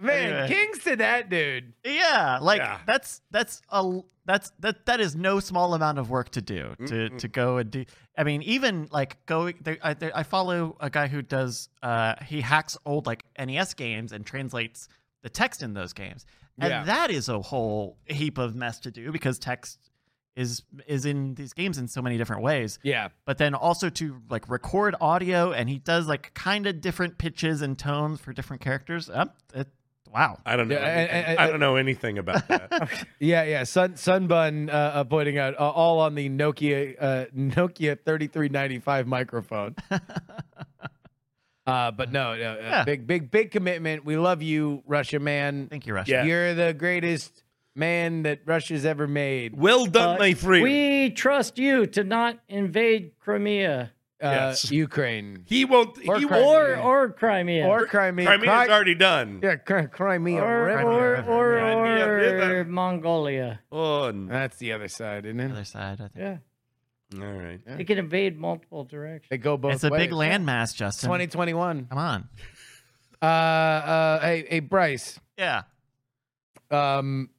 S3: Man,
S8: Anyway.
S3: kings to that dude.
S8: Yeah, like
S1: Yeah.
S8: that's that's a that's that that is no small amount of work to do to
S3: Mm-hmm.
S8: to go and do. I mean, even like going, there, I, there, I follow a guy who does uh he hacks old like NES games and translates the text in those games, and
S3: Yeah.
S8: that is a whole heap of mess to do because text is is in these games in so many different ways
S3: Yeah.
S8: but then also to like record audio and he does like kind of different pitches and tones for different characters um, it, wow
S5: I don't know.
S3: Yeah, I-
S5: anything.
S3: I- I-
S5: I don't know anything about that.
S3: Yeah, yeah. Sun Sunbun uh, uh, pointing out uh, all on the Nokia uh, Nokia 3395 [laughs] microphone. uh, but no, no uh,
S8: Yeah.
S3: big big big commitment. We love you, Russia man.
S8: thank you rush
S1: Yeah.
S3: You're the greatest man that Russia's ever made.
S1: Well done,
S2: Uh,
S1: my friend.
S2: We trust you to not invade Crimea.
S3: Uh, uh,
S1: Yes.
S3: Ukraine
S1: He won't.
S3: Or
S1: he
S3: Crimea.
S1: won't.
S2: or or Crimea
S3: or Crimea.
S1: Crimea's
S3: Cri-
S1: already done.
S3: yeah, Cri- Crimea.
S2: or
S3: River.
S2: or or,
S1: Crimea
S2: or,
S1: River.
S2: Mongolia.
S1: Oh, n-
S3: That's the other side, isn't
S8: Other
S3: it?
S8: side, I think.
S2: Yeah,
S1: all right.
S2: it can invade multiple
S3: They
S2: directions.
S3: go both.
S8: It's a big
S3: ways.
S8: landmass, Justin.
S3: 2021.
S8: Come on.
S3: Uh, uh, hey, hey, Bryce.
S8: Yeah.
S3: Um,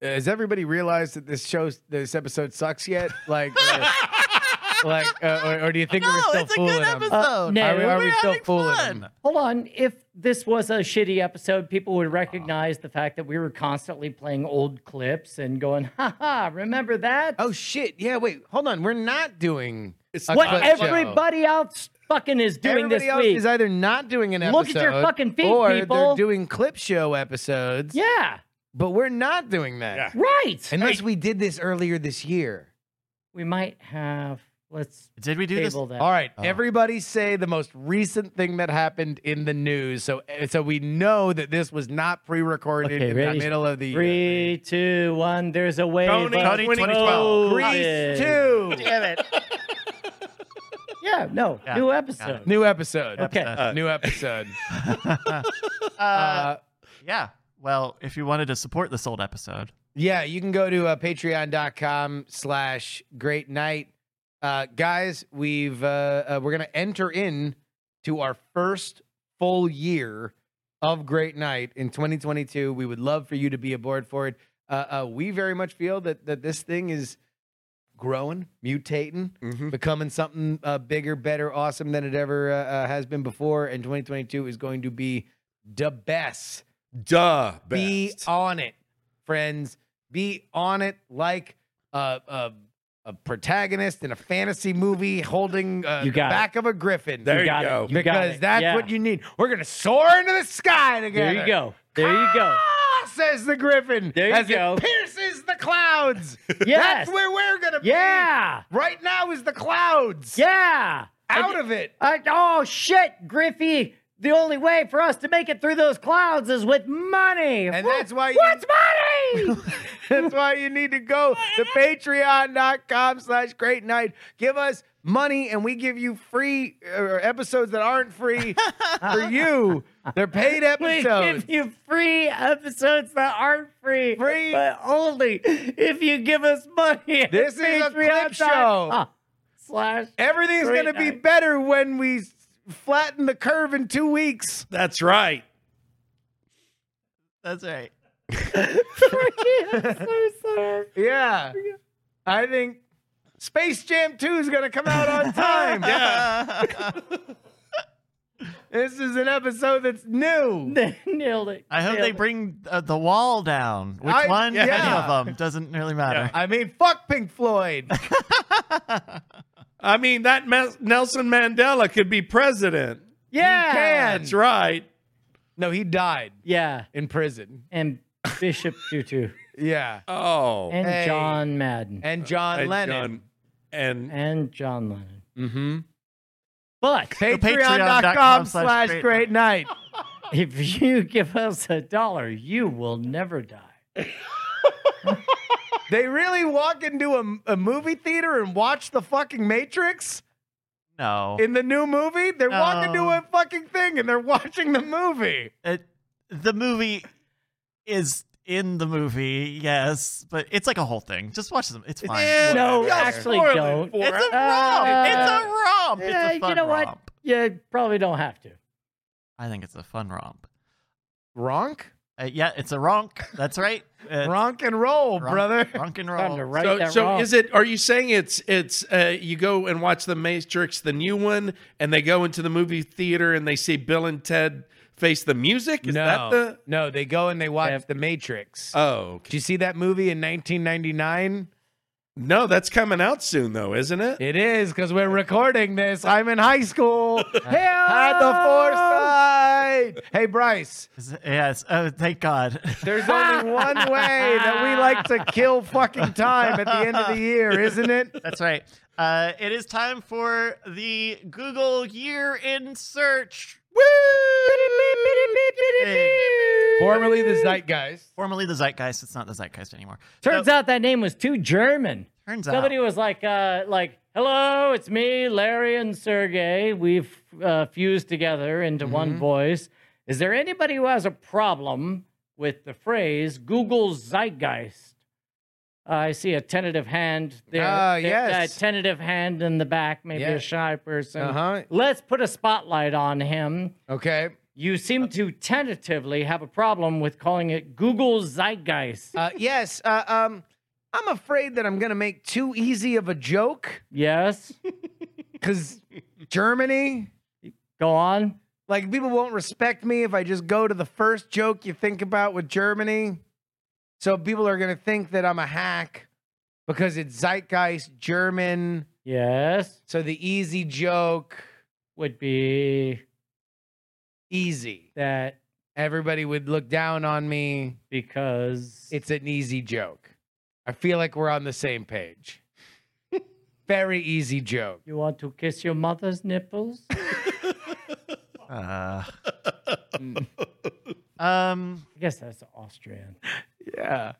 S3: has everybody realized that this show, this episode sucks yet? Like, uh,
S8: [laughs]
S3: like, uh, or, or do you think we're
S8: no,
S3: still
S8: it's a
S3: fooling
S8: good
S3: 'em?
S8: episode.
S2: no.
S3: Oh, Are we, are
S8: We're
S3: we still
S8: having
S3: fooling? 'em?
S8: fun.
S2: Hold on, if this was a shitty episode, people would recognize the fact that we were constantly playing old clips and going, "Ha ha, remember that?"
S3: Oh shit! Yeah, wait, hold on. We're not doing
S1: It's
S3: a
S1: not
S2: what
S3: clip show.
S2: everybody else fucking is doing
S3: Everybody
S2: this
S3: else
S2: week.
S3: is either not doing an episode.
S2: Look at your fucking feet,
S3: or they're
S2: people.
S3: doing clip show episodes.
S2: yeah,
S3: but we're not doing that
S1: Yeah.
S2: right.
S3: unless we did this earlier this year.
S2: we might have. Let's
S8: Did we do this?
S2: table that.
S3: All right, everybody say the most recent thing that happened in the news, so so we know that this was not pre-recorded
S2: Okay,
S3: in
S2: ready?
S3: the middle of the year.
S2: Three, two, one. There's a wave.
S1: Tony,
S2: of
S1: Tony,
S8: 2012.
S2: COVID.
S3: Grease two,
S8: Damn it.
S2: Yeah, no,
S8: Yeah,
S2: new
S8: got
S2: episode.
S3: new episode,
S2: Okay. [laughs]
S3: new episode.
S8: Uh,
S3: Uh,
S8: yeah. Well, if you wanted to support this old episode,
S3: Yeah, you can go to uh, patreon.com slash great night. Uh, guys, we've uh, uh, we're gonna enter in to our first full year of Great Night in 2022. We would love for you to be aboard for it. Uh, uh, we very much feel that that this thing is growing, mutating,
S1: Mhm.
S3: becoming something uh, bigger, better, awesome than it ever uh, uh, has been before. And 2022 is going to be the best
S1: Duh. Best.
S3: be on it, friends. Be on it like a, a, a protagonist in a fantasy movie holding uh,
S2: You
S3: the
S2: got it.
S3: back of a griffin.
S1: there you
S2: got it.
S1: go.
S2: You got
S3: because
S2: it.
S3: that's
S2: Yeah.
S3: what you need. We're gonna soar into the sky together.
S2: There you go. There you go.
S3: Ah, says the griffin.
S2: There you
S3: as
S2: go.
S3: It pierces the clouds.
S2: [laughs] Yes.
S3: [laughs] That's where we're gonna be.
S2: Yeah.
S3: Right now is the clouds.
S2: Yeah.
S3: Out of it.
S2: I, oh shit, Griffey. The only way for us to make it through those clouds is with money.
S3: And
S2: Wh-
S3: that's why you-
S2: What's
S3: [laughs]
S2: money?
S3: That's why you need to go to patreon.com slash great night. Give us money and we give you free uh, episodes that aren't free
S2: [laughs]
S3: for you. They're
S2: [laughs]
S3: paid
S2: we
S3: episodes.
S2: give you free episodes that aren't free,
S3: Free.
S2: but only if you give us money. at
S3: This is a clip
S2: patreon.com
S3: show.
S2: Slash.
S3: Everything's
S2: Great
S3: going to be
S2: night. [laughs]
S3: better when we s- flatten the curve in two weeks.
S1: That's right.
S8: that's right.
S2: I'm so sorry.
S3: [laughs] Yeah. I think Space Jam 2 is going to come out on
S8: [laughs]
S3: time.
S1: Yeah.
S3: This is an episode that's new.
S2: [laughs] Nailed it.
S8: I hope
S2: Nailed
S8: they
S2: it.
S8: bring uh, the wall down. Which
S3: I-
S8: one? Any
S3: yeah.
S8: of them doesn't really matter.
S3: I mean, fuck Pink Floyd.
S1: I mean, that Mes- Nelson Mandela could be president.
S2: Yeah.
S3: Can.
S1: That's right.
S3: No, he died
S2: Yeah.
S3: in prison.
S2: And Bishop Tutu
S3: Yeah.
S1: Oh.
S2: and
S3: Hey.
S2: John Madden
S3: and John
S1: and
S3: Lennon.
S1: John- and
S2: and John Lennon.
S3: Mm-hmm.
S2: But
S8: patreon.com
S3: Patreon.com slash
S8: slash
S3: great night.
S2: if you [laughs] give us a dollar, you will never die.
S3: They really walk into a, a movie theater and watch the fucking Matrix
S8: no.
S3: in the new movie. They're walking to
S8: No.
S3: a fucking thing and they're watching the movie.
S8: It- the movie is in the movie, yes, but it's like a whole thing. Just watch them. It's fine.
S1: Yeah,
S2: No,
S1: y'all
S2: actually
S1: spoiled it
S2: don't.
S1: for
S8: It's
S1: us.
S8: a romp. it's
S2: Uh,
S8: a romp.
S2: yeah,
S8: it's a
S2: you
S8: fun
S2: know what?
S8: romp.
S2: You probably don't have to.
S8: I think it's a fun romp.
S3: Ronk?
S8: Uh, yeah, it's a ronk. That's right. Uh,
S3: Ronk and roll,
S8: ronk-
S3: brother.
S8: Ronk and
S3: Oh,
S2: Time to
S8: roll.
S2: write
S1: so,
S2: that
S1: so
S2: wrong.
S1: is it? Are you saying it's it's uh, you go and watch the Matrix, the new one, and they go into the movie theater and they see Bill and Ted face the music? Is that the?
S3: no, they go and they watch
S2: Yep.
S3: the Matrix.
S1: Oh,
S3: Did
S1: okay.
S3: you see that movie in 1999?
S1: no, that's coming out soon though, isn't it?
S3: It is because we're recording this. I'm in high [laughs] school. Had the foresight. Hey, Bryce.
S8: Is it- Yes. Oh,
S3: [laughs]
S8: thank God.
S3: There's only one way that we like to kill fucking time at the end of the year, isn't it?
S8: That's right. Uh, it is time for the Google Year in Search.
S3: Formerly the Zeitgeist.
S8: Formerly the
S3: uh,
S8: Zeitgeist. It's not the Zeitgeist anymore.
S2: Turns out that name was too German.
S8: Turns out.
S2: Somebody was like, uh, like Hello, it's me, Larry and Sergey. We've uh, fused together into
S3: Mm-hmm.
S2: one voice. Is there anybody who has a problem with the phrase Google Zeitgeist? Uh, I see a tentative hand there.
S3: Ah,
S2: There-
S3: yes.
S2: that tentative hand in the back, maybe
S3: Yeah.
S2: a shy person.
S3: Uh-huh.
S2: Let's put a spotlight on him.
S3: Okay.
S2: You
S3: Uh.
S2: seem to tentatively have a problem with calling it Google Zeitgeist.
S3: Uh, yes. Uh, um, I'm afraid that I'm going to make too easy of a joke
S2: yes,
S3: because Germany,
S2: go on.
S3: like, people won't respect me if I just go to the first joke you think about with Germany. So people are going to think that I'm a hack because it's Zeitgeist German.
S2: Yes,
S3: So the easy joke,
S2: would be
S3: easy.
S2: that
S3: Everybody would look down on me.
S2: because
S3: It's an easy joke. I feel like we're on the same page. Very easy joke.
S2: you want to kiss your mother's nipples. I
S8: Uh, [laughs] um,
S2: guess that's Austrian.
S3: Yeah.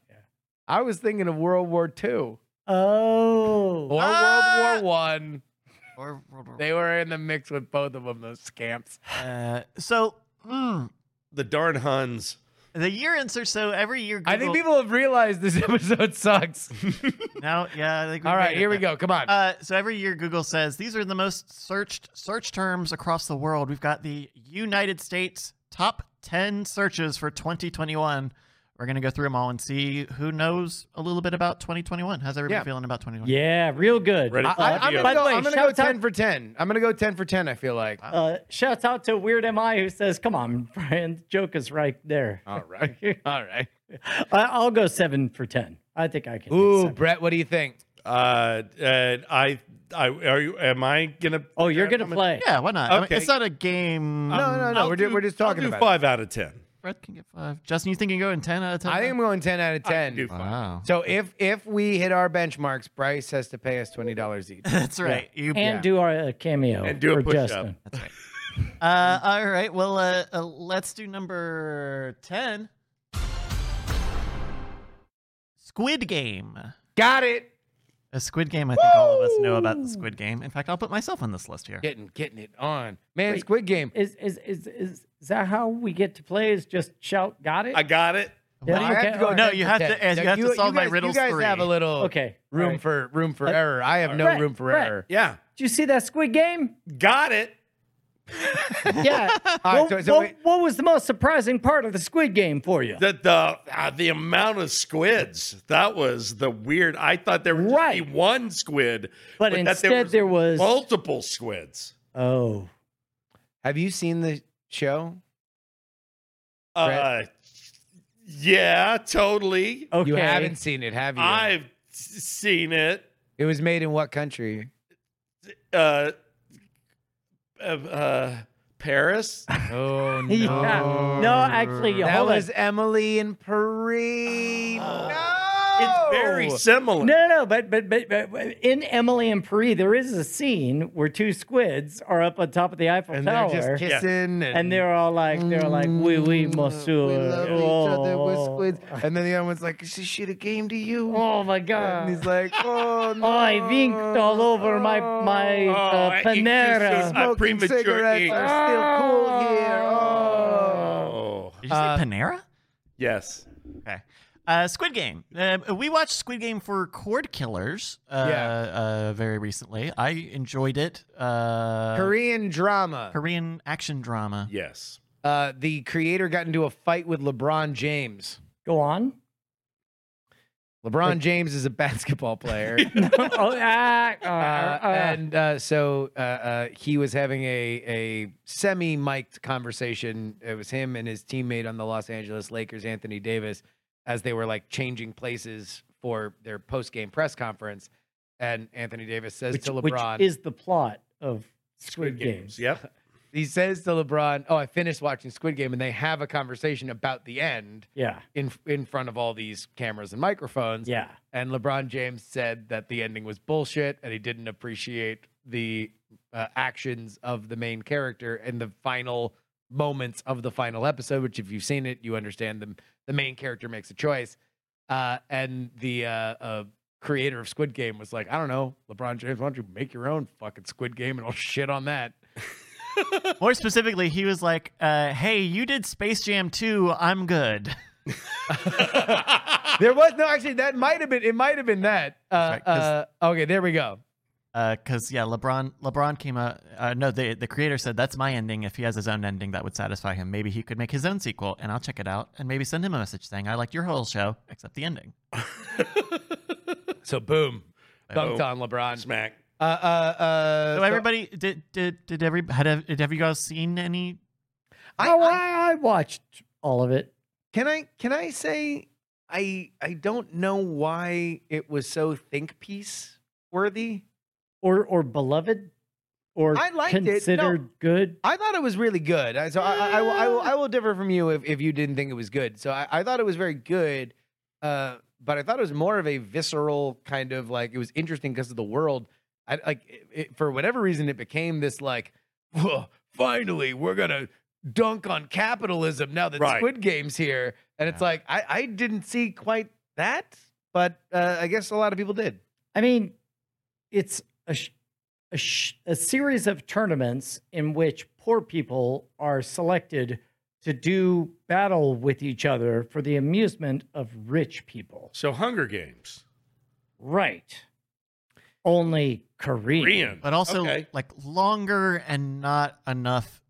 S3: I was thinking of World War II
S2: Oh,
S3: or
S8: Ah!
S3: World War One.
S8: or World War-
S3: They were in the mix with both of them, those scamps.
S8: uh, so mm,
S5: The darn Huns.
S8: the year insert. So every year, Google,
S3: I think people have realized this [laughs] episode sucks.
S8: [laughs] No, yeah. I think
S3: All right,
S8: made it
S3: here we
S8: there.
S3: go. Come on.
S8: Uh, so every year, Google says these are the most searched search terms across the world. We've got the United States top 10 searches for 2021. We're going to go through them all and see who knows a little bit about 2021. How's everybody
S3: Yeah.
S8: feeling about 2021?
S2: yeah, real good. Uh,
S5: Ready?
S3: I, I, I'm gonna
S5: Audio.
S3: go,
S2: By the way,
S3: I'm gonna go
S2: shouts out-
S3: ten for ten. I'm gonna go ten for ten. I feel like.
S2: Uh, shouts out to Weird MI who says, "Come on, [laughs] Brian, the joke is right there."
S5: Oh.
S3: All right. [laughs] All right.
S2: I, I'll go seven for ten. I think I can. do
S3: Ooh,
S2: seven.
S3: Brett, what do you think?
S5: Uh, uh, I, I, are you? Am I gonna?
S2: oh, you're gonna
S5: I'm
S2: play.
S8: Yeah, why not? I mean,
S5: Okay.
S8: it's not a game.
S3: No, no, no.
S5: I'll
S3: We're, ju-
S5: do-
S3: we're just
S5: I'll
S3: talking
S5: do
S3: about. it.
S5: five out of ten.
S8: Brett can get five. Justin, you think you can go in 10 out of 10?
S3: I think I'm going ten out of ten.
S5: do
S8: Wow.
S3: So if if we hit our benchmarks, Bryce has to pay us twenty dollars
S8: [laughs]
S3: each.
S8: [laughs] That's right. You,
S2: And do our uh, cameo
S5: And do a
S2: for
S5: push-up.
S2: Justin.
S8: uh, all right. Well, uh, uh, let's do number 10 Squid Game.
S3: Got it.
S8: A Squid Game, I think all of us know about the Squid Game. In fact, I'll put myself on this list here.
S3: Getting getting it on, man.
S2: Wait.
S3: Squid Game.
S2: Is, is is is is that how we get to play? Is just shout, got it?
S5: I got it.
S2: Yeah,
S3: I have
S2: okay,
S3: to go
S2: all right.
S8: No,
S3: ten
S8: you
S3: for
S8: have to-
S3: 10.
S8: you have to solve my
S3: guys,
S8: riddles
S3: You guys
S8: three.
S3: have a little
S2: Okay,
S3: room
S2: all right.
S3: for room for
S2: Uh,
S3: error. I have no
S2: Brett,
S3: room for
S2: Brett.
S3: error.
S5: Yeah,
S2: Did you see that Squid Game?
S5: got it.
S2: [laughs] Yeah.
S3: [laughs] All right,
S2: what,
S3: so- so
S2: what,
S3: wait.
S2: what was the most surprising part of the Squid Game for you?
S5: The the uh, the amount of squids that was the weird. I thought there would just
S2: Right.
S5: be one squid,
S2: But
S5: that
S2: instead there was-
S5: multiple squids.
S2: oh,
S3: Have you seen the show?
S5: Uh,
S3: Brett?
S5: yeah, totally.
S2: okay.
S3: You
S2: [laughs]
S3: haven't seen it, have you?
S5: I've s- seen it.
S3: It was made in what country?
S5: Uh, uh, uh, Paris.
S3: Oh no!
S2: Yeah. No, actually,
S3: That
S2: hold
S3: was
S2: on.
S3: Emily in Paris.
S5: It's
S1: Oh!
S3: no,
S5: very similar.
S2: No, no, no. But, but but but in Emily and Paris, there is a scene where two squids are up on top of the Eiffel
S3: And they're
S2: Tower,
S3: just
S5: Yeah.
S3: kissing, and, Mm,
S2: and they're all like, they're like, "Oui, oui, monsieur."
S3: We love each other. We're
S2: Oh.
S3: squids. And then the other one's like, "Is this shit a game to you?"
S2: Oh my god!
S3: And he's like,
S2: [laughs]
S3: "Oh no!"
S2: I winked all over my my
S5: Oh, I
S2: uh,
S5: ate too soon.
S2: Panera.
S11: [laughs]
S5: I
S3: Smoking
S5: premature
S3: cigarettes
S5: ink.
S3: are still cool here.
S2: Ah.
S3: Oh.
S5: Oh,
S8: Did you say Panera?
S5: yes.
S8: Okay. Uh, Squid Game. Um we watched Squid Game for Cord Killers uh,
S3: Yeah.
S8: uh, very recently. I enjoyed it. Uh,
S3: Korean drama.
S8: Korean action drama.
S5: Yes.
S3: Uh, the creator got into a fight with LeBron James.
S2: Go on.
S3: LeBron James is a [laughs]
S2: [laughs]
S3: basketball player.
S2: [laughs] oh, ah, ah,
S3: Uh,
S2: ah.
S3: and uh, so uh, uh, he was having a a semi mic'd conversation. It was him and his teammate on the Los Angeles Lakers, Anthony Davis, as they were like changing places for their post game press conference. And Anthony Davis says
S2: which,
S3: to
S2: ah. which
S3: LeBron,
S2: is the plot of Squid, Games.
S5: Yep.
S3: he says to LeBron, "Oh, I finished watching Squid Game," and they have a conversation about the end
S2: Yeah,
S3: in in front of all these cameras and microphones.
S2: yeah.
S3: And LeBron James said that the ending was bullshit and he didn't appreciate the uh, actions of the main character in the final moments of the final episode, which, if you've seen it, you understand the, the main character makes a choice. Uh, and the uh, uh, creator of Squid Game was like, I don't know, LeBron James, why don't you make your own fucking Squid Game and I'll [laughs] shit on that.
S8: More specifically, he was like, uh, "Hey, you did Space Jam 2. I'm good."
S3: There was no actually that might have been it might have been that. Uh,
S8: That's right, 'cause-
S3: uh, okay, there we go.
S8: Because Uh, yeah, LeBron LeBron came out. Uh, no, the the creator said that's my ending. If he has his own ending, that would satisfy him. Maybe he could make his own sequel, and I'll check it out, and maybe send him a message saying I liked your whole show except the ending.
S3: So boom, dunked
S5: Boom.
S3: on LeBron.
S5: Smack.
S3: Uh, uh, uh,
S8: So everybody did did did every had ev- did, have you guys seen any?
S3: I-
S2: oh,
S3: I-
S2: I, I watched all of it.
S3: Can I can I say I I don't know why it was so think piece worthy.
S2: Or or beloved, or
S3: I liked it. No.
S2: considered good.
S3: I thought it was really good. I, so I, I, I, will- I, will, I will differ from you if, if you didn't think it was good. So I, I thought it was very good, uh, but I thought it was more of a visceral kind of like it was interesting because of the world. I like it, it- for whatever reason it became this like "Whoa, finally we're gonna dunk on capitalism now that
S5: Right.
S3: Squid Game's here, and it's like I, I didn't see quite that, but uh, I guess a lot of people did.
S2: I mean, it's a sh- a, sh- a series of tournaments in which poor people are selected to do battle with each other for the amusement of rich people.
S5: So Hunger Games.
S2: Right. Only Korean.
S5: Korean.
S8: But also
S5: Okay.
S8: like longer and not enough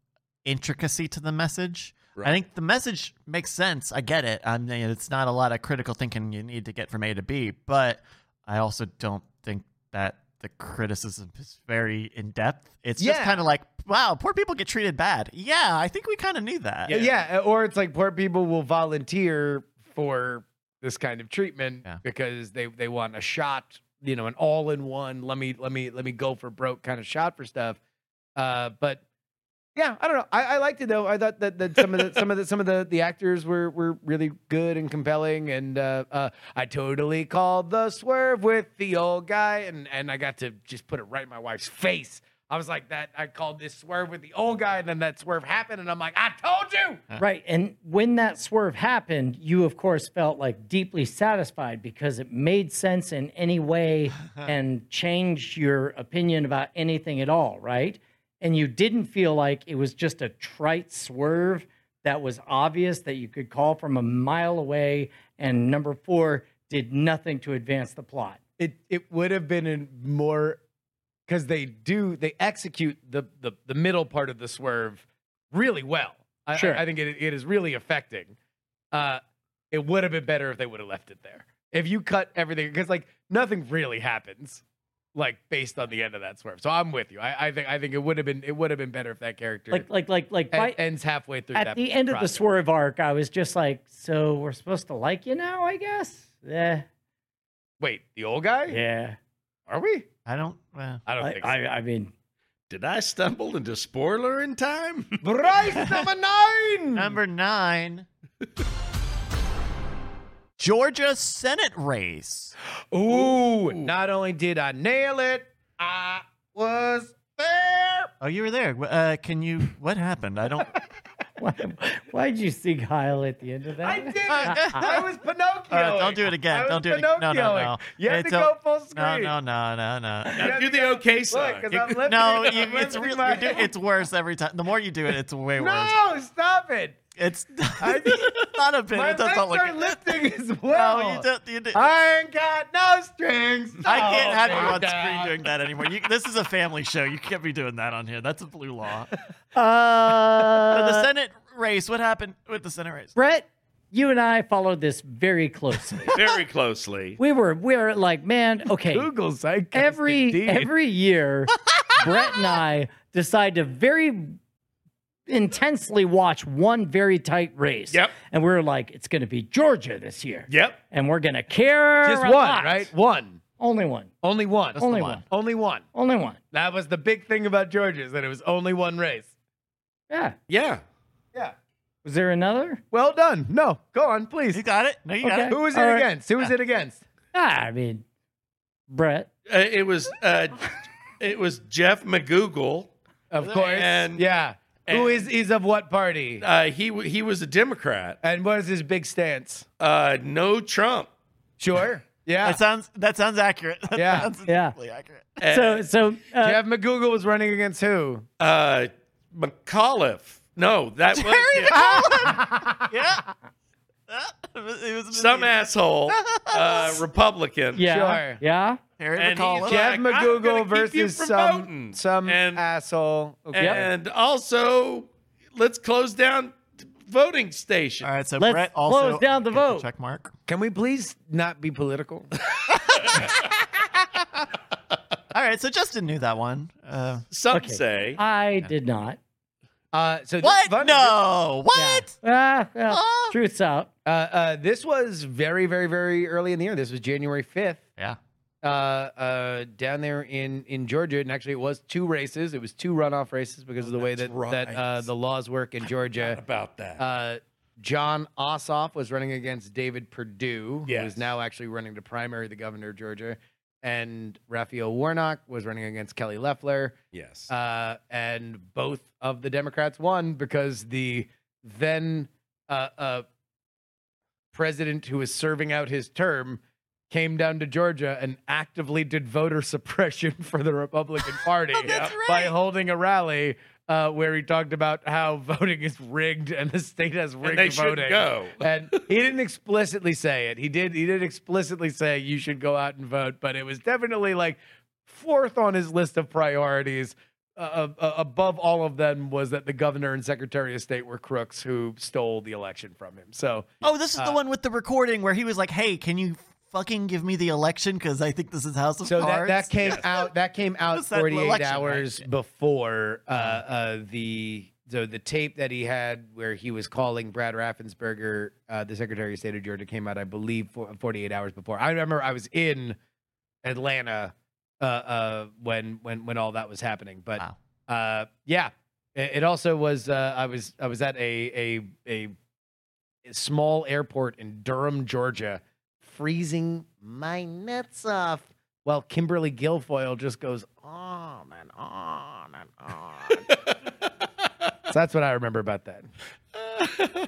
S8: intricacy to the message. I
S5: Right.
S8: think the message makes sense. I get it. I mean, it's not a lot of critical thinking you need to get from A to B, but I also don't think that the criticism is very in depth. It's just
S3: Yeah.
S8: kind of like, wow, poor people get treated bad. Yeah, I think we kind of knew that.
S3: Uh, Yeah. or it's like poor people will volunteer for this kind of treatment
S8: Yeah.
S3: because they they want a shot, you know, an all in one. Let me let me let me go for broke kind of shot for stuff. Uh, but yeah, I don't know. I, I liked it though. I thought that, that some of the some of the some of the, the actors were were really good and compelling. And uh, uh, I totally called the swerve with the old guy, and and I got to just put it right in my wife's face. I was like that. I called this swerve with the old guy, and then that swerve happened, and I'm like, I told you.
S2: Right. And when that swerve happened, you, of course, felt like deeply satisfied because it made sense in any
S3: [laughs]
S2: way and changed your opinion about anything at all. Right. And you didn't feel like it was just a trite swerve that was obvious that you could call from a mile away. And number four did nothing to advance the plot.
S3: it it would have been in more because they do they execute the, the the middle part of the swerve really well. I, I-
S2: Sure.
S3: I, think it it is really affecting. Uh, it would have been better if they would have left it there. If you cut everything because like nothing really happens, like based on the end of that swerve. So I'm with you. I, I think I think it would have been it would have been better if that character
S2: Like, like, like, like,
S3: en-
S2: by,
S3: ends halfway through
S2: at
S3: that
S2: the end of the
S3: process.
S2: swerve arc, I was just like, so we're supposed to like you now, I guess? Yeah.
S3: Wait, the old guy?
S2: Yeah.
S3: Are we?
S8: I don't. uh, Well,
S3: I don't
S2: I,
S3: think so.
S2: I, I mean, [laughs]
S5: Did I stumble into spoiler in time? [laughs]
S3: Bryce number nine.
S8: Number nine. Georgia Senate race.
S3: [laughs] Ooh, not only did I nail it, I was there.
S8: Oh, you were there. Wh- Uh, can you? What happened? I don't.
S2: why, why'd you sing Heil at the end of that?
S3: I did it. [laughs] I was Pinocchio.
S8: All right, don't do it again.
S3: I was
S8: Don't do it again. No, no, no.
S3: Pinocchioing. You had
S8: It's
S3: to
S8: a-
S3: go full
S8: No,
S3: screen.
S8: no, no,
S3: [laughs]
S8: no, no.
S5: Now do the okay
S3: Look,
S5: sign.
S3: [laughs] because I'm lifting
S8: No,
S3: it.
S8: you,
S3: I'm
S8: it's
S3: lifting
S8: really
S3: my-
S8: you do, it's worse every time. The more you do it, it's way worse.
S3: [laughs] No, stop it.
S8: It's [laughs]
S3: I-
S8: not a bit.
S3: My
S8: It does
S3: legs
S8: not look.
S3: are lifting [laughs] as well.
S8: No, you don't. You do,
S3: I ain't got no strings.
S8: I can't
S3: Oh,
S8: have you on
S3: dude.
S8: screen doing that anymore. You, this is a family show. You can't be doing that on here. That's a blue
S3: [laughs]
S8: law.
S3: Uh,
S8: But
S2: Uh,
S8: the Senate race. What happened with the Senate
S2: [laughs]
S8: race?
S2: Brett, you and I followed this very
S3: [laughs]
S2: closely.
S5: Very closely.
S2: we were we were like, man, okay.
S3: Google psychic.
S2: every
S3: indeed.
S2: every
S3: [laughs]
S2: year, Brett and I decide to very intensely watch one very tight race.
S5: Yep.
S2: And we were like, it's going to be Georgia this year.
S5: Yep.
S2: And we're going to care
S3: just
S2: a
S3: one,
S2: lot.
S3: right? One,
S2: Only one.
S3: only one,
S2: Only one.
S3: only one.
S2: Only one.
S3: That was the big thing about Georgia is that it was only one race.
S2: Yeah.
S5: Yeah.
S3: Yeah.
S2: Was there another?
S3: Well done. No, go on, please.
S8: You got it. No, you got
S2: Okay.
S8: it.
S3: Who was it
S2: All right.
S3: against? Who was it against?
S2: Ah, I mean, Brett.
S5: Uh, it was uh, it was Jeff McGoogle.
S3: Of course.
S5: And-
S3: yeah. Who
S5: and-
S3: is is of what party?
S5: Uh, he w- he was a Democrat.
S3: And what is his big stance?
S5: Uh, no Trump. [laughs]
S3: Sure. Yeah.
S8: That sounds that sounds accurate. [laughs] That
S3: Yeah.
S8: sounds
S2: Yeah.
S8: totally accurate. [laughs]
S3: Eh.
S2: So, so uh,
S3: Jeff McGoogle was running against who?
S5: Uh, McAuliffe. No, that was yeah,
S8: Yeah. it was a
S5: some
S8: misleading.
S5: asshole
S2: [laughs]
S5: uh, Republican.
S2: yeah,
S3: Sure.
S2: yeah.
S8: Harry
S5: And
S8: McCullough.
S5: he's
S3: Jeff
S5: like, I'm gonna
S3: McGoogle
S5: keep you
S3: versus
S5: from voting.
S3: some some
S5: And-
S3: asshole. Okay.
S5: And also, let's close down voting stations.
S8: All right, so
S2: Let's
S8: Brett also
S2: close down the
S8: gets a
S2: vote.
S8: Check mark.
S3: Can we please not be
S5: [laughs]
S3: political?
S8: All right, so Justin knew that one. Uh,
S5: Some
S2: Okay.
S5: say
S2: I did not.
S3: Uh, so this
S8: what?
S3: voting-
S8: No. What?
S2: Ah, well,
S8: Huh?
S2: truth's out.
S3: Uh, uh, this was very, very, very early in the year. This was January fifth.
S8: Yeah.
S3: uh, uh, down there in in Georgia, and actually it was two races. It was two runoff races because of the way that
S5: Oh, that's
S3: that uh,
S5: right.
S3: the laws work in
S5: [laughs]
S3: Georgia.
S5: about that.
S3: Uh, John Ossoff was running against David Perdue, who
S5: Yes.
S3: is now actually running to primary the governor of Georgia, and Raphael Warnock was running against Kelly Loeffler.
S5: yes.
S3: Uh, and both of the Democrats won because the then uh, uh, president who was serving out his term came down to Georgia and actively did voter [laughs] suppression for the
S5: [laughs]
S3: Republican Party
S5: Oh,
S8: That's
S3: by
S8: right.
S3: holding a rally. Uh, where he talked about how [laughs] voting is rigged and the state has rigged
S5: and they should
S3: voting.
S5: go.
S3: And he didn't explicitly say it. He did. He did explicitly say you should go out and vote, but it was definitely like fourth on his list of priorities. Uh, uh, above all of them was that the governor and secretary of state were crooks who stole the election from him. So
S8: Oh, this is
S3: Uh,
S8: the one with the recording where he was like, "Hey, can you fucking give me the election? Because I think this is House of
S3: So that,
S8: Cards."
S3: that came out. That came out
S8: That's that
S3: 48
S8: election, right?
S3: hours before uh, uh, the so the tape that he had where he was calling Brad Raffensperger, uh, the Secretary of State of Georgia, came out. I believe for, 48 hours before. I remember I was in Atlanta uh, uh, when when when all that was happening. But
S8: Wow.
S3: uh, yeah, it, it also was. Uh, I was I was at a a a small airport in Durham, Georgia, freezing my nuts off while Kimberly Guilfoyle just goes on and on and on. so that's what I remember about that.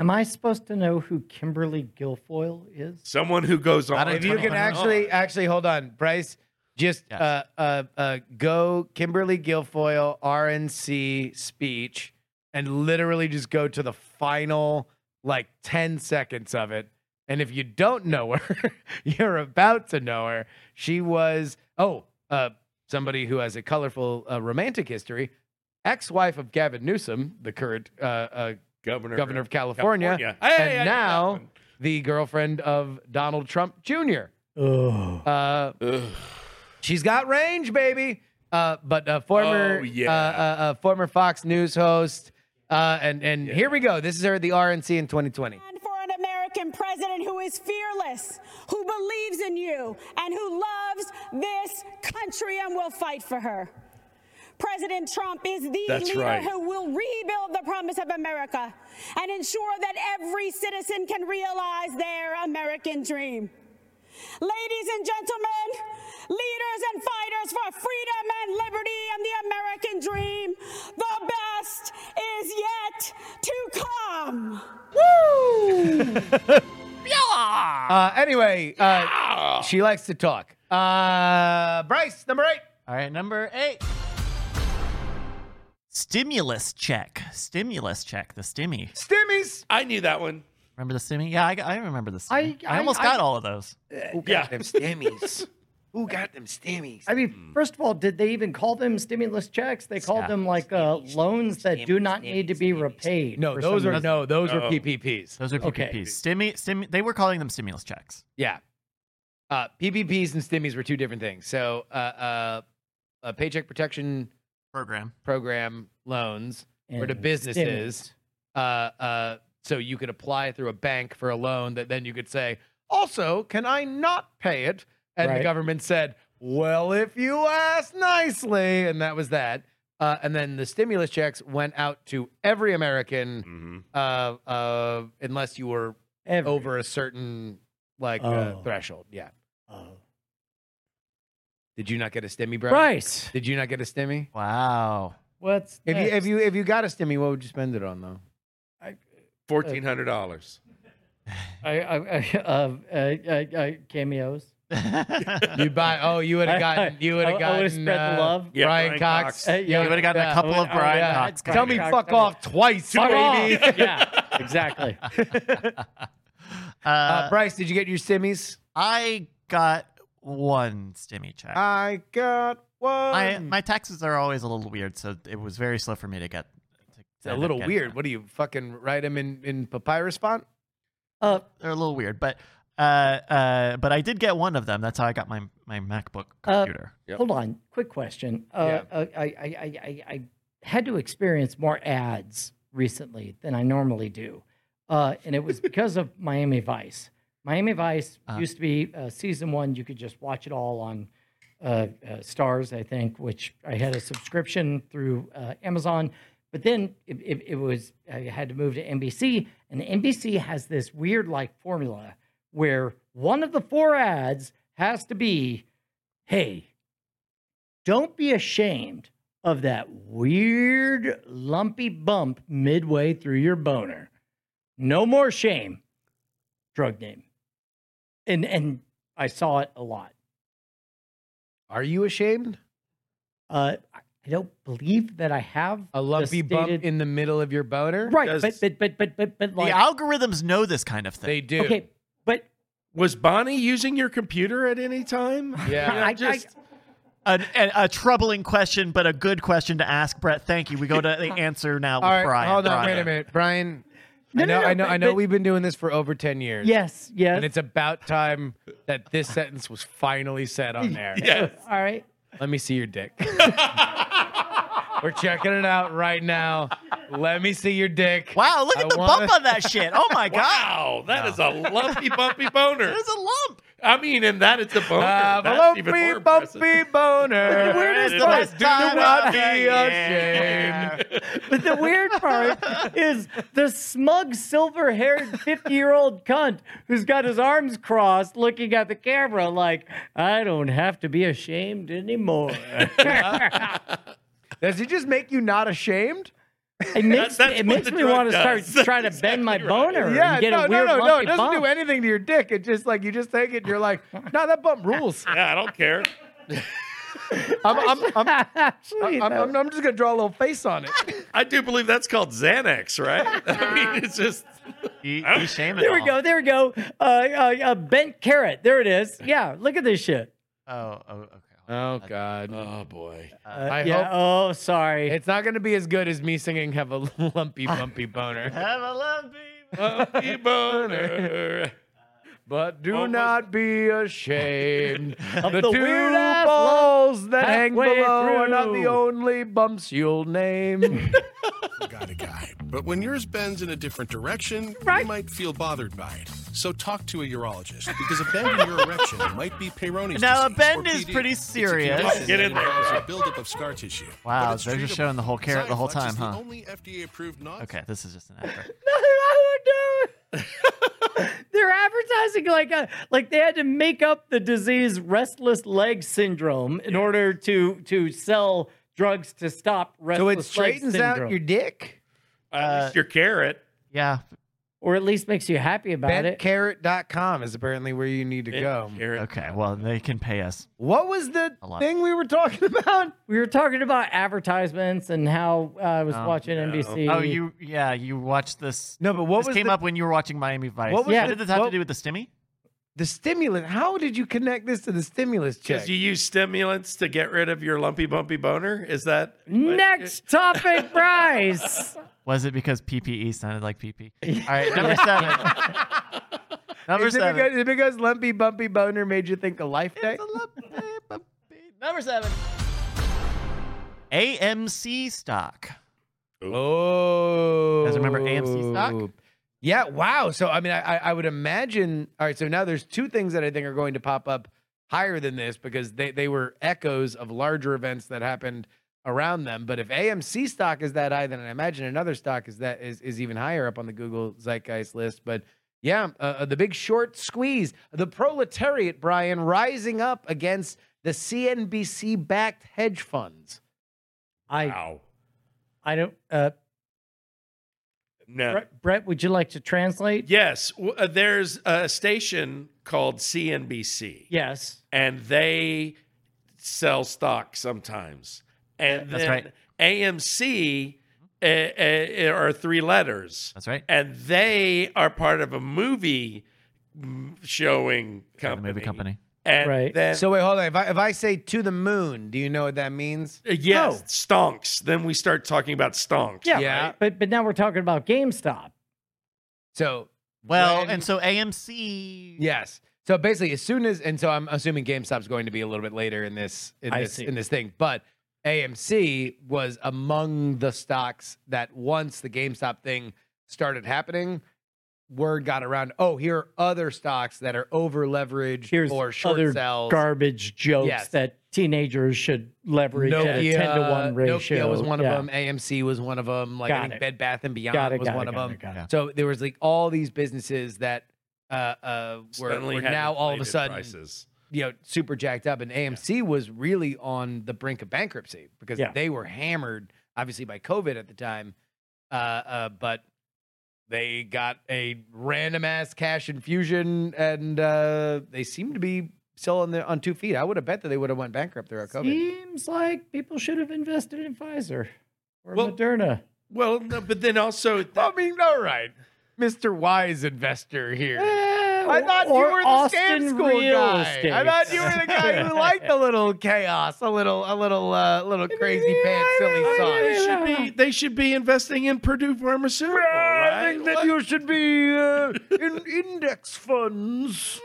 S2: Am I supposed to know who Kimberly Guilfoyle is?
S5: Someone who goes on.
S8: I don't
S3: If you
S8: Twenty
S3: can
S8: one.
S3: actually, actually hold on, Bryce. Just
S8: Yeah.
S3: uh, uh, uh, go Kimberly Guilfoyle RNC speech and literally just go to the final like 10 seconds of it. And if you don't know her, [laughs] you're about to know her. She was, oh, uh, somebody who has a colorful uh, romantic history, ex wife of Gavin Newsom, the current uh, uh,
S5: governor,
S3: governor of California.
S5: Hey, I
S3: and
S5: knew that
S3: now
S5: one.
S3: the girlfriend of Donald Trump Jr.
S2: Oh,
S3: Uh,
S5: Ugh.
S3: she's got range, baby. Uh, but uh, former
S5: Oh, yeah.
S3: uh, uh, uh, former Fox News host. Uh, and and here we go. This is her at the RNC in 2020.
S12: And for an American president who is fearless, who believes in you, and who loves this country and will fight for her. President Trump is the
S5: That's
S12: leader
S5: right.
S12: who will rebuild the promise of America and ensure that every citizen can realize their American dream. Ladies and gentlemen, leaders and fighters for freedom and liberty and the American dream, the best is yet to come.
S3: Uh, anyway, uh, she likes to talk. Uh, Bryce, number eight.
S8: All right, number eight. Stimulus check. Stimulus check. The stimmy.
S3: Stimmies.
S5: I knew that one.
S8: Remember the stimmy? Yeah, I, I remember the stimmy.
S13: I-
S8: I, almost
S13: I-
S8: got all of those.
S5: Yeah.
S3: stimmies. Who got them stimmies?
S2: I mean, first of all, did they even call them stimulus checks? They called
S8: Yeah.
S2: them like uh, loans that do not need to be repaid.
S3: No,
S2: for
S3: those
S2: some
S3: are
S2: reason.
S3: no, those were
S5: Oh.
S3: PPPs.
S8: Those are PPPs.
S2: Okay.
S8: Stimmy, stim. They were calling them stimulus checks.
S3: Yeah. Uh, PPPs and stimmies were two different things. So, uh, uh, a paycheck protection
S8: Program.
S3: program loans were to
S2: And
S3: businesses. Uh, uh, so you could apply through a bank for a loan that then you could say, also, can I not pay it? And
S2: Right.
S3: the government said, well, if you ask nicely. And that was that. Uh, and then the stimulus checks went out to every American,
S2: Mm-hmm.
S5: hmm
S3: uh, uh, unless you were
S2: Every-
S3: over a certain like
S2: Oh.
S3: uh, threshold. Yeah.
S2: Oh.
S3: Did you not get a stimmy, bro?
S2: Bryce,
S3: Did you not get a stimmy?
S8: Wow.
S2: what's
S3: If you if
S2: next?
S3: you if you got a stimmy, what would you spend it on though?
S5: Fourteen hundred dollars.
S2: I, I, I, uh, uh, uh, uh, cameos?
S3: You [laughs] buy? Oh, you would have gotten. You
S2: [laughs]
S3: would
S2: I- I
S3: have
S2: would've
S3: gotten.
S2: spread the
S3: uh,
S2: love.
S1: Yeah,
S3: Brian
S1: Brian
S3: Cox.
S1: Cox.
S2: Uh, yeah.
S8: You would have gotten
S3: Yeah.
S8: a couple of
S2: Oh,
S8: Brian
S2: yeah.
S8: Cox.
S2: Brian
S3: Tell me,
S2: Cox,
S3: fuck
S2: tell me.
S3: off twice,
S2: Fuck
S3: baby.
S2: [laughs] off. yeah, exactly.
S3: Uh, Bryce, did you get your simmies?
S8: I got one stimmy check.
S3: I got one.
S8: my my taxes are always a little weird, so it was very slow for me to get. To
S3: It's a little weird. What do you fucking write them in in papyrus font?
S8: Uh, they're a little weird, but uh, uh, but I did get one of them. That's how I got my my MacBook
S2: Uh,
S8: computer.
S2: Hold on, quick question. Uh, uh, I, I, I, I, I had to experience more ads recently than I normally do, uh, and it was because of Miami Vice. Miami Vice used to be uh, season one; you could just watch it all on uh, uh, Stars, I think, which I had a subscription through uh, Amazon. But then it, it, it was I had to move to NBC, and NBC has this weird like formula where one of the four ads has to be, "Hey, don't be ashamed of that weird lumpy bump midway through your boner. No more shame. Drug name. And and I saw it a lot.
S3: Are you ashamed?
S2: Uh, I I don't believe that I have
S3: A
S2: the
S3: lumpy bump
S2: stated-
S3: in the middle of your boner?
S2: right,
S1: Does-
S2: but but but but but but like
S8: the algorithms know this kind of
S3: They
S8: thing.
S3: do.
S2: okay, but
S1: Was Bonnie using your computer at any
S3: [laughs]
S1: time?
S3: Yeah.
S2: I,
S1: just-
S8: An, an, a troubling question, but a good question to ask, Brett. Thank you. We go to
S3: [laughs]
S8: the answer now with
S3: All right.
S8: Brian.
S3: hold on.
S8: Brian.
S3: Wait a minute, Brian. I
S2: No, no,
S3: know.
S2: no,
S3: I know. I
S2: but-
S3: know.
S2: but-
S3: We've been doing this for over ten years.
S2: I yes yes.
S3: And it's about time that this sentence was finally said
S1: [laughs]
S3: on there.
S2: all right.
S3: Let me see your dick. We're checking it out right now. Let me see your dick.
S8: Wow, look
S3: I
S8: at the
S3: wanna-
S8: bump on that shit. Oh
S3: [laughs]
S8: my god.
S1: Wow, that is a lumpy bumpy boner.
S8: There's a lump.
S1: I mean, and that it's a boner.
S3: Uh,
S1: That's even more
S3: bumpy,
S1: impressive.
S3: bumpy
S2: [laughs]
S3: boner.
S8: Where is the
S3: But
S8: best
S3: do
S8: time
S3: not
S8: of
S3: be
S8: the
S3: ashamed.
S8: year?
S2: But the weird part is the smug, silver haired 50 year old cunt who's got his arms crossed looking at the camera like, I don't have to be ashamed anymore. [laughs]
S3: Does it just make you not ashamed?
S2: It makes,
S1: that's
S2: it
S1: what
S2: makes
S1: the
S2: me
S1: drug
S2: want to start
S1: does.
S3: [laughs]
S1: That's
S2: trying to bend my boner
S3: Yeah,
S2: and get
S3: no,
S2: a weird
S3: no, no, no. It
S2: lumpy
S3: doesn't
S2: bump.
S3: do anything to your dick. It just like you just take it. and You're like, [laughs] no, that bump [laughs] rules.
S1: Yeah, I don't care.
S3: I'm, I'm, [laughs] I'm, I'm,
S2: Actually,
S3: I'm,
S2: though,
S3: I'm, just gonna draw a little face on it.
S1: I do believe that's called Xanax, right? [laughs] I mean, it's just
S8: You, you shame it.
S2: there we
S8: all.
S2: go. There we go. Uh, uh, a bent carrot. There it is. Yeah, look at this shit.
S8: Oh, oh okay.
S3: [laughs] Oh God.
S1: oh boy.
S2: Uh,
S3: I
S2: yeah.
S3: hope-
S2: Oh, sorry.
S3: It's not gonna be as good as me singing "Have a [laughs] Lumpy Bumpy [laughs] Boner,"
S8: Have a lumpy.
S1: Bumpy boner.
S3: but do
S1: Almost-
S3: not be [laughs] ashamed.
S2: Of
S3: the,
S2: the
S3: two
S2: weird-ass
S3: balls that hang below
S2: halfway
S3: are not the
S2: through.
S3: only bumps you'll [laughs] name.
S14: got a guy. But when yours bends in a different direction, you might feel bothered by it. So talk to a urologist because a bend in your erection might be Peyronie's
S8: Now, a
S14: disease,
S8: bend
S14: or
S8: is
S14: PD.
S8: pretty
S14: It's a
S8: serious.
S14: condition
S1: Oh, get in
S14: that
S1: there.
S14: involves a buildup of scar tissue.
S8: Wow,
S14: But it's
S8: they're just
S14: treatable.
S8: showing the whole carrot the whole
S14: Zyflex is
S8: time,
S14: the
S8: huh?
S14: only FDA-approved non-
S8: Okay, this is just an
S14: [laughs]
S8: effort.
S2: [laughs] They're advertising like a, like they had to make up the disease restless leg syndrome in order to to sell drugs to stop
S3: so
S2: restless
S3: it
S2: leg
S3: straightens
S2: syndrome,
S3: out your dick.
S1: At
S8: Uh,
S1: least your carrot.
S8: Yeah,
S2: or at least makes you happy about it.
S3: Bentcarrot.com is apparently where you need to go.
S1: Carrot.
S8: Okay, well they can pay us.
S3: What was the
S8: Hold on.
S3: thing we were talking [laughs] about?
S2: we were talking about advertisements and how uh, I was
S8: Oh,
S2: watching NBC.
S8: Oh, you yeah you watched this.
S3: No, but what
S8: this
S3: was
S8: came
S3: the,
S8: up when you were watching Miami Vice.
S3: What was
S2: Yeah.
S8: What
S2: the-
S8: did this have
S3: what-
S8: to do with the stimmy?
S3: the stimulus? How did you connect this to the stimulus check?
S1: Because you use stimulants to get rid of your lumpy bumpy boner. Is that
S2: Next topic, Bryce.
S8: Was it because PPE sounded like
S3: [laughs]
S8: PP? All right, number seven. number
S3: is, it
S8: seven.
S3: because, is it because lumpy bumpy boner made you think of life day?
S8: number seven. AMC stock.
S3: Oh,
S8: guys remember AMC stock?
S3: Yeah. Wow. So I mean, I, I I would imagine. All right. So now there's two things that I think are going to pop up higher than this because they they were echoes of larger events that happened around them. But if AMC stock is that high, then I imagine another stock is that is is even higher up on the Google Zeitgeist list. But yeah, uh, uh, the Big Short squeeze, the proletariat, Brian, rising up against the CNBC backed hedge funds.
S2: I
S1: wow?
S2: I don't. Uh,
S1: No.
S2: Brett, Brett, would you like to translate?
S1: Yes, w- uh, there's a station
S5: called CNBC,
S2: Yes.
S5: and they sell stock sometimes. And
S8: That's
S5: then
S8: right.
S5: AMC uh, uh, are three letters.
S8: That's right.
S5: and they are part of a movie m- showing
S8: The
S5: company.
S8: movie company.
S5: And
S2: Right.
S5: Then,
S3: So wait, hold on. If I if I say to the moon, do you know what that means?
S5: yes,
S8: Oh.
S5: stonks. Then we start talking about stonks.
S2: Yeah.
S3: Yeah.
S2: right. But but now we're talking about GameStop.
S3: So
S8: Well,
S3: When-
S8: and so AMC.
S3: Yes. So basically, as soon as and so I'm assuming GameStop's going to be a little bit later in this in
S2: I
S3: this
S2: see.
S3: in this thing, but AMC was among the stocks that once the GameStop thing started happening, word got around. Oh, here are other stocks that are over leveraged
S2: Here's
S3: or short
S2: other
S3: sells.
S2: garbage jokes
S3: Yes.
S2: that teenagers should leverage at a
S3: Nokia-
S2: ten to one ratio.
S3: Nokia was one
S2: Yeah.
S3: of them. AMC was one of them. Like
S2: Got
S3: I think
S2: it.
S3: Bed Bath and Beyond
S2: Got it,
S3: was
S2: got it,
S3: one of
S2: got
S3: them.
S2: it, got it.
S8: Yeah.
S3: So there was like all these businesses that uh, uh, were,
S5: Suddenly
S3: were
S5: had
S3: now all of a
S5: inflated
S3: sudden
S5: prices.
S3: you know super jacked up and AMC was really on the brink of bankruptcy because
S2: Yeah.
S3: they were hammered obviously by COVID at the time uh, uh, but they got a random ass cash infusion and uh, they seem to be still on their on two feet I would have bet that they would have went bankrupt throughout COVID
S2: Seems like people should have invested in Pfizer or
S5: Well-
S2: Moderna.
S5: Well, no, but then also,
S3: [laughs] I mean all right Mr. Wise investor here
S2: I
S3: I thought you were the scam school guy. I thought you were the guy who liked a little chaos, a little, a little, uh, little crazy pants, silly
S5: they
S3: song.
S5: should be they should be investing in Purdue Pharmaceutical, right? What-
S3: you should be uh, in index funds.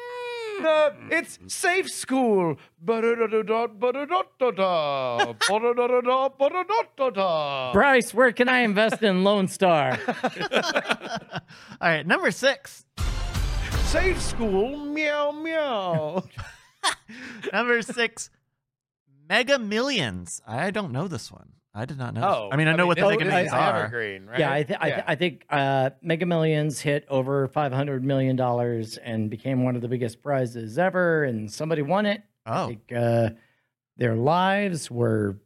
S3: Uh, it's safe school. Ba-da-da-da-da, ba-da-da-da-da, ba-da-da-da-da, ba-da-da-da-da.
S2: Bryce, where can I invest in Lone Star?
S8: [laughs] All right, number six.
S3: Safe school, meow [laughs] meow.
S8: Number six. Mega Millions. I don't know this one. I did not know. this-
S3: Oh,
S8: I mean, I know what the
S3: this
S8: Mega
S3: is
S8: Millions are.
S3: evergreen, [laughs] right?
S2: Yeah, I, th- I, th-
S3: Yeah.
S2: I think uh, Mega Millions hit over five hundred million dollars and became one of the biggest prizes ever, and somebody won it. I
S8: Oh,
S2: think, uh, their lives were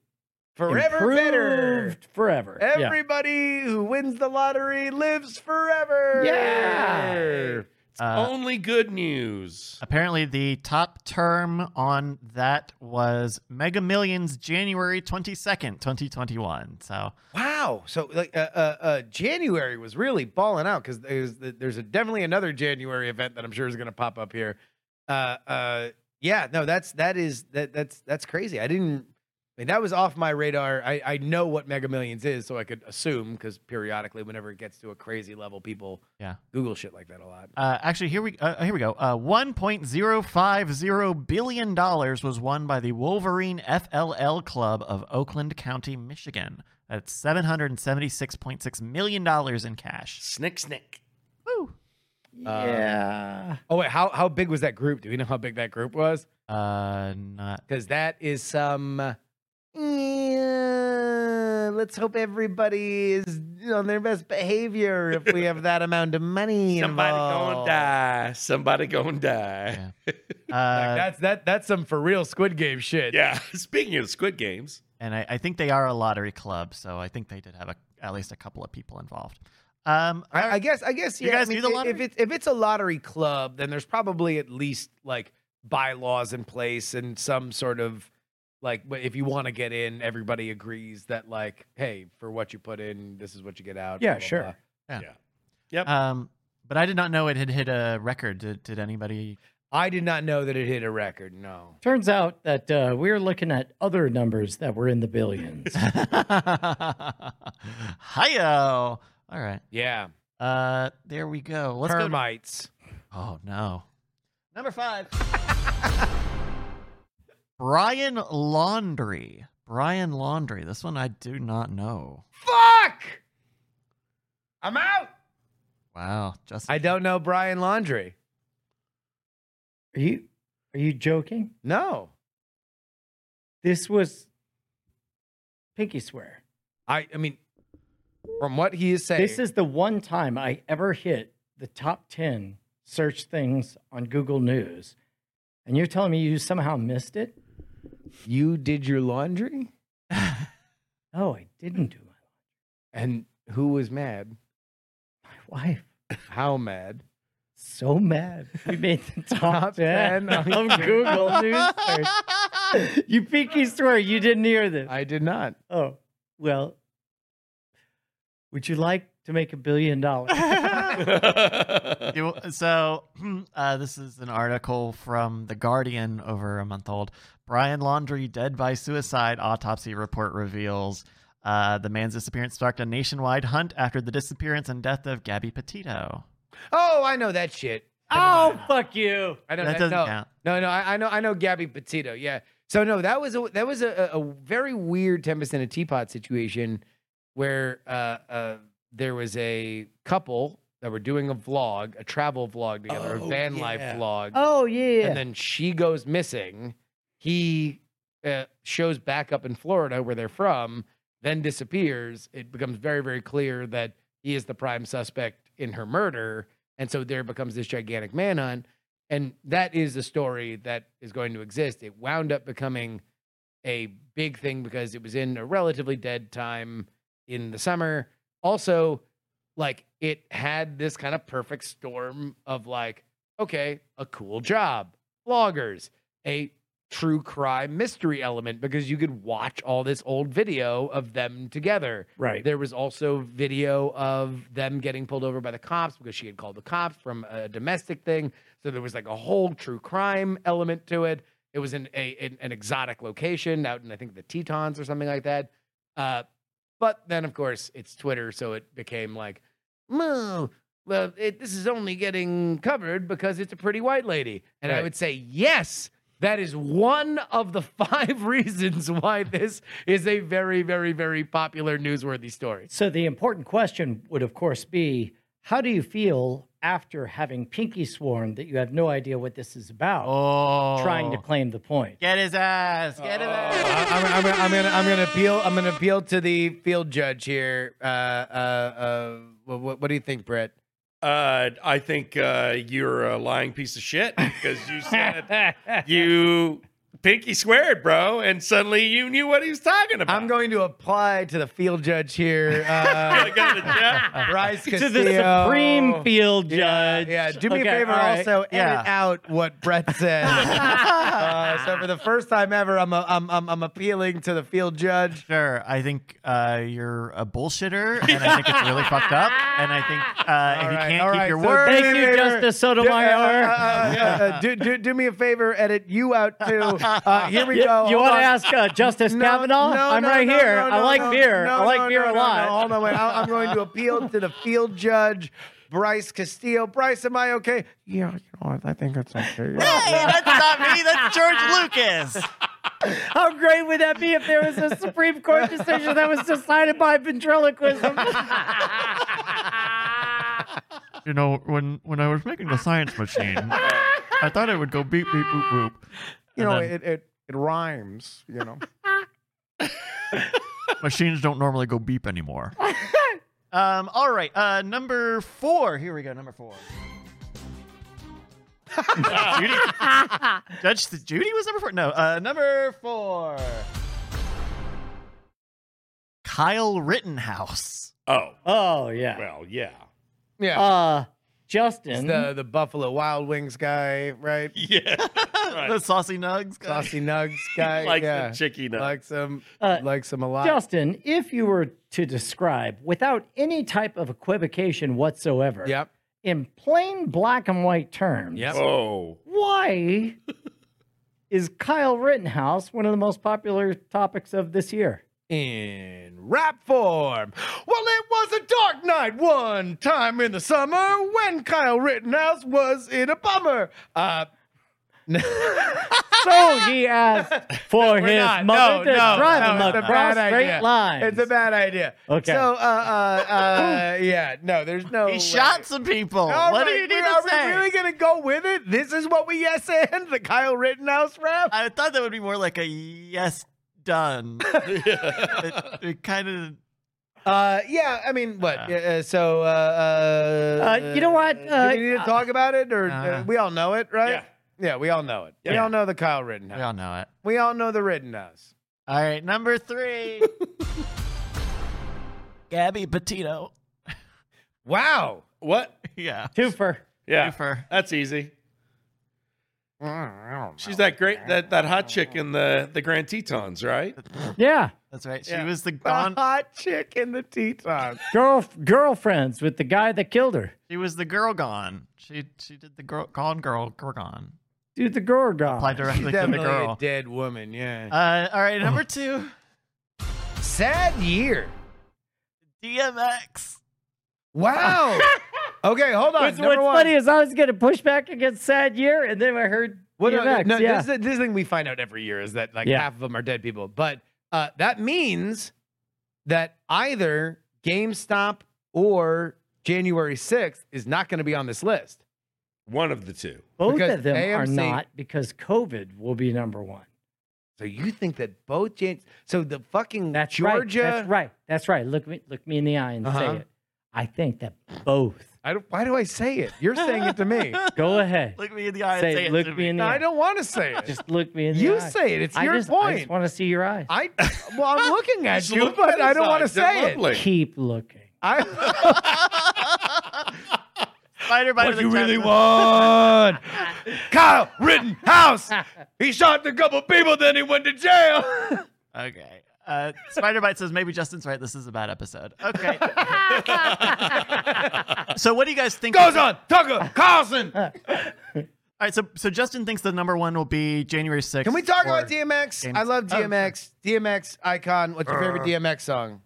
S3: Forever better.
S2: improved forever. Yeah.
S3: Everybody who wins the lottery lives forever.
S1: Ah,
S2: Yeah.
S8: uh,
S5: Only good news.
S8: Apparently, the top term on that was Mega Millions January 22nd, 2021. So,
S3: Wow. So like uh, uh, uh, January was really balling out because there's there's a, definitely another January event that I'm sure is going to pop up here. Uh, uh, yeah. No, that's that is that that's that's crazy. I didn't. I mean, that was off my radar. I, I know what Mega Millions is, so I could assume because periodically, whenever it gets to a crazy level, people
S8: Yeah.
S3: Google shit like that a lot.
S8: uh, actually, here we uh, here we go. Uh, 1.050 billion dollars was won by the Wolverine FLL Club of Oakland County, Michigan. That's 776.6 million dollars in cash.
S5: Snick snick.
S8: Woo.
S2: yeah.
S3: Oh wait, how how big was that group? Do we know how big that group was?
S8: Uh, [laughs] not
S3: Because that is some. "Yeah, let's hope everybody is on their best behavior if we have that amount of
S1: [laughs]
S3: money.
S5: Somebody gonna
S3: involved.
S5: die. Somebody gonna
S1: [laughs]
S5: die.
S3: Like,
S8: uh,
S3: that's that. That's some for real Squid Game shit.
S5: Yeah. [laughs] Speaking of Squid Games,
S8: and I, I think they are a lottery club, so I think they did have a, at least a couple of people involved. Um,
S3: I, I guess. I guess.
S8: You
S3: Yeah. I
S8: guys
S3: mean,
S8: do the
S3: i- if
S8: lottery?
S3: it's if it's a lottery club, then there's probably at least like bylaws in place and some sort of like wh- if you want to get in, everybody agrees that like, hey, for what you put in, this is what you get out.
S2: Yeah,
S3: blah, blah,
S2: sure.
S3: blah.
S8: Um, but I did not know it had hit a record. Did, did anybody?
S3: I did not know that it hit a record. No.
S2: Turns out that uh, we're looking at other numbers that were in the
S3: [laughs]
S2: billions.
S8: Hiyo. All right.
S3: Yeah.
S8: Uh, there we go. Let's go. to-
S3: Termites.
S8: oh no. Number five. Brian Laundry. Brian Laundry. This one I do not know.
S3: Fuck! I'm out.
S8: Wow. Just
S3: I don't know Brian Laundry.
S2: Are you are you joking?
S3: No.
S2: This was pinky swear.
S3: I I mean, from what he is saying,
S2: This is the one time I ever hit the top 10 search things on Google News. And you're telling me you somehow missed it?
S3: you did your laundry?
S2: No, I didn't do it.
S3: And who was mad?
S2: My wife.
S8: [laughs]
S3: How mad?
S2: so mad [laughs] we made the top,
S3: Top
S2: 10,
S3: 10 on
S2: of Google News Search. You pinky swear you didn't hear this.
S3: I did not.
S2: oh, well, would you like to make a billion
S3: [laughs]
S2: dollars?
S8: You- so [clears throat] uh, this is an article from the Guardian over a month old. Brian Laundry dead by suicide. Autopsy report reveals uh, the man's disappearance sparked a nationwide hunt after the disappearance and death of Gabby Petito.
S3: Oh, I know that shit.
S2: oh, fuck you.
S3: I know
S8: That
S3: that,
S8: doesn't
S3: no,
S8: count.
S3: No, no, I, I know, I know Gabby Petito. Yeah. So no, that was a that was a, a a very weird tempest in a teapot situation where uh, uh, there was a couple that were doing a vlog, a travel vlog together,
S5: Oh,
S3: a van life
S5: yeah.
S3: vlog,
S2: Oh, yeah.
S3: and then she goes missing. He uh, shows back up in Florida where they're from, then disappears. It becomes very very clear that he is the prime suspect in her murder. And so there becomes this gigantic manhunt. And that is the story that is going to exist. It wound up becoming a big thing because it was in a relatively dead time in the summer. Also, like it had this kind of perfect storm of like, okay, a cool job, vloggers, a true crime mystery element because you could watch all this old video of them together.
S1: Right.
S3: There was also video of them getting pulled over by the cops because she had called the cops from a domestic thing. So there was like a whole true crime element to it. It was in a in, an exotic location out in I think the Tetons or something like that. Uh, but then of course it's Twitter, so it became like, "Moo, well, it, this is only getting covered because it's a pretty white lady." And I
S2: Right.
S3: would say yes. That is one of the [laughs] five reasons why this is a very, very, very popular newsworthy story.
S2: So the important question would, of course, be how do you feel after having pinky sworn that you have no idea what this is about,
S8: Oh,
S2: trying to claim the point?
S8: get his ass. Get
S3: Oh.
S8: his ass.
S3: I'm, I'm, I'm gonna I'm gonna appeal I'm gonna appeal to the field judge here. Uh, uh, uh, what, what, what do you think, Brett?
S5: Uh, I think uh, you're a lying piece of shit because
S1: [laughs]
S5: you said you pinky squared, bro, and suddenly you knew what he was talking about.
S3: I'm going to apply to the field judge here, uh, [laughs]
S1: [laughs]
S5: to go to jail.
S3: Bryce
S2: To
S3: Castillo.
S2: the Supreme Field
S3: Yeah,
S2: Judge.
S3: yeah. Do me
S2: Okay,
S3: a favor,
S2: all right.
S3: also
S8: yeah.
S3: edit out what Brett
S2: [laughs]
S3: said. uh, so for the first time ever, I'm a, I'm, I'm I'm appealing to the field judge.
S8: Sure, I think uh, you're a [laughs] bullshitter, and I think it's really fucked up. And I think uh, if
S3: All
S8: you
S3: right,
S8: can't
S3: all
S8: keep
S3: right,
S8: your
S3: so
S8: word,
S2: Thank
S3: do me a
S2: you,
S3: favor.
S2: Justice
S3: Do, uh, uh,
S2: Sotomayor.
S3: uh, uh, uh, do, do, do me a favor, edit you out
S2: [laughs]
S3: too. Uh, here we
S2: You,
S3: go. Hold
S2: want
S3: on.
S2: to ask uh, Justice
S3: No,
S2: Kavanaugh?
S3: no,
S2: I'm
S3: no,
S2: right
S3: no,
S2: here.
S3: no,
S2: I
S3: no,
S2: like
S3: no,
S2: beer.
S3: no,
S2: I like
S3: no,
S2: beer
S3: no,
S2: a
S3: no,
S2: lot.
S3: No, hold on, wait. I- I'm going to appeal to the field judge, Bryce Castillo. Bryce, am I okay? Yeah, you know, I think it's okay.
S2: [laughs]
S8: hey, that's not me. That's George Lucas.
S2: How great would that be if there was
S3: [laughs]
S2: a Supreme Court decision that was decided by
S3: [laughs]
S2: ventriloquism?
S8: You know, when when I was making the science machine, I thought it would go beep beep boop boop.
S3: You know,
S8: And then-
S3: it, it it rhymes. You know.
S8: [laughs] Machines don't normally go beep anymore. um. All right. Uh. Number four. Here we go. Number four. Judy. Judge Judy was number four. No. Uh. Number four. Kyle Rittenhouse.
S5: Oh,
S2: oh yeah.
S5: well, yeah.
S3: Yeah.
S2: Uh,
S3: It's
S8: Hmm?
S2: Justin.
S3: the the Buffalo Wild Wings guy, right?
S5: Yeah. Right.
S8: The saucy nugs. guy.
S3: Saucy
S8: [laughs]
S3: Nugs guy.
S5: like
S3: yeah.
S5: the chicky nut.
S3: Likes him.
S2: Uh,
S3: likes him a lot.
S2: Justin, if you were to describe without any type of equivocation whatsoever,
S3: yep.
S2: in plain black and white terms,
S3: Yep.
S5: oh.
S3: [laughs]
S2: why is Kyle Rittenhouse one of the most popular topics of this year?
S3: in rap form. Well, it was a dark night one time in the summer when Kyle Rittenhouse was in a bummer. Uh, [laughs]
S2: So he [laughs] asked for his
S3: not.
S2: mother
S3: No,
S2: to
S3: no,
S2: drive
S3: no,
S2: him
S3: it's a
S2: across
S3: bad
S2: straight
S3: idea.
S2: lines.
S3: it's a bad idea.
S2: Okay.
S3: So, uh, uh,
S8: [laughs]
S3: uh, yeah, no, there's no.
S8: He
S3: way.
S8: shot some people.
S3: All
S8: what do
S3: right,
S8: you need
S3: we-
S8: to
S3: Are
S8: say?
S3: we really
S8: [laughs]
S3: gonna go with it? This is what we yes and the Kyle Rittenhouse rap.
S8: I thought that would be more like a yes [laughs] done. it, it kind of
S3: Uh, yeah, I mean, what?
S8: Uh.
S3: Uh, uh, so, uh, uh,
S2: Uh, you know what?
S3: do
S2: Uh,
S3: we need to talk about it, or
S8: Uh.
S3: uh, we all know it, right?
S5: Yeah.
S3: Yeah, we all know it. We
S5: Yeah.
S3: all know the Kyle Rittenhouse.
S8: we all know it.
S3: We all know the Rittenhouse.
S8: All right, number [laughs] three. Gabby Petito.
S3: Wow.
S5: What?
S8: Yeah.
S2: Twofer.
S1: Yeah.
S8: Twofer.
S1: That's easy. She's that great that, that hot chick in the, the Grand Tetons, right?
S2: Yeah.
S8: That's right. She
S1: Yeah.
S8: was
S3: A
S8: the [laughs] gone.
S3: hot chick in the [laughs] Teton.
S2: Girl, girlfriends with the guy that killed her.
S8: She was the girl gone. She she did the girl gone girl girl gone.
S2: Dude, the girl
S8: Applied
S2: gone.
S8: directly to the
S3: Definitely a
S8: girl.
S3: dead woman, yeah.
S8: Uh, all right, [laughs] number two,
S3: Sad year.
S8: DMX.
S3: [laughs] Wow. okay, hold on.
S2: What's,
S3: Number
S2: what's
S3: one.
S2: funny is I was going to push back against Sad Year, and then I heard
S3: Well, no,
S2: DMX.
S3: no,
S2: yeah.
S3: this, is, this is the thing we find out every year is that like
S2: Yeah.
S3: half of them are dead people. But uh, that means that either GameStop or January 6th is not going to be on this list.
S1: One of the two.
S2: Both
S3: because
S2: of them are
S3: AMC
S2: not because COVID will be number one.
S3: So you think that both Jan- so the fucking
S2: That's
S3: Georgia
S2: right. That's right. That's right. Look me look me in the eye and
S3: Uh-huh.
S2: say it. I think that both.
S3: I don't, why do I say it? You're saying it to me.
S2: [laughs] Go ahead.
S8: Look me in the eye
S2: Say-
S8: and say it
S2: look
S8: to
S2: me in the
S3: No,
S2: eye.
S3: I don't want to say it.
S2: Just look me in the
S3: you
S2: eye.
S3: say it. It's
S2: I
S3: your
S2: just, I
S3: point.
S2: just want to see your eyes.
S3: I well, I'm
S2: [laughs]
S3: looking at
S1: Just
S3: you,
S1: look at
S3: but I
S1: his
S3: don't want to
S1: eyes. They're
S3: say it.
S1: lovely.
S2: Keep looking.
S3: I
S8: Spider bite.
S1: What
S8: of the
S1: you really [laughs]
S8: chapter.
S1: want? Kyle Rittenhouse. He shot a couple people, then he went to [laughs] jail.
S8: Okay. Uh, Spider Bite says maybe Justin's right. This is a bad episode.
S3: [laughs]
S8: Okay. so what do you guys think?
S1: Goes on Tucker Carlson.
S8: All right. So so Justin thinks the number one will be January sixth.
S3: Can we talk about DMX?
S8: James-
S3: I love DMX. DMX icon. What's your favorite DMX song?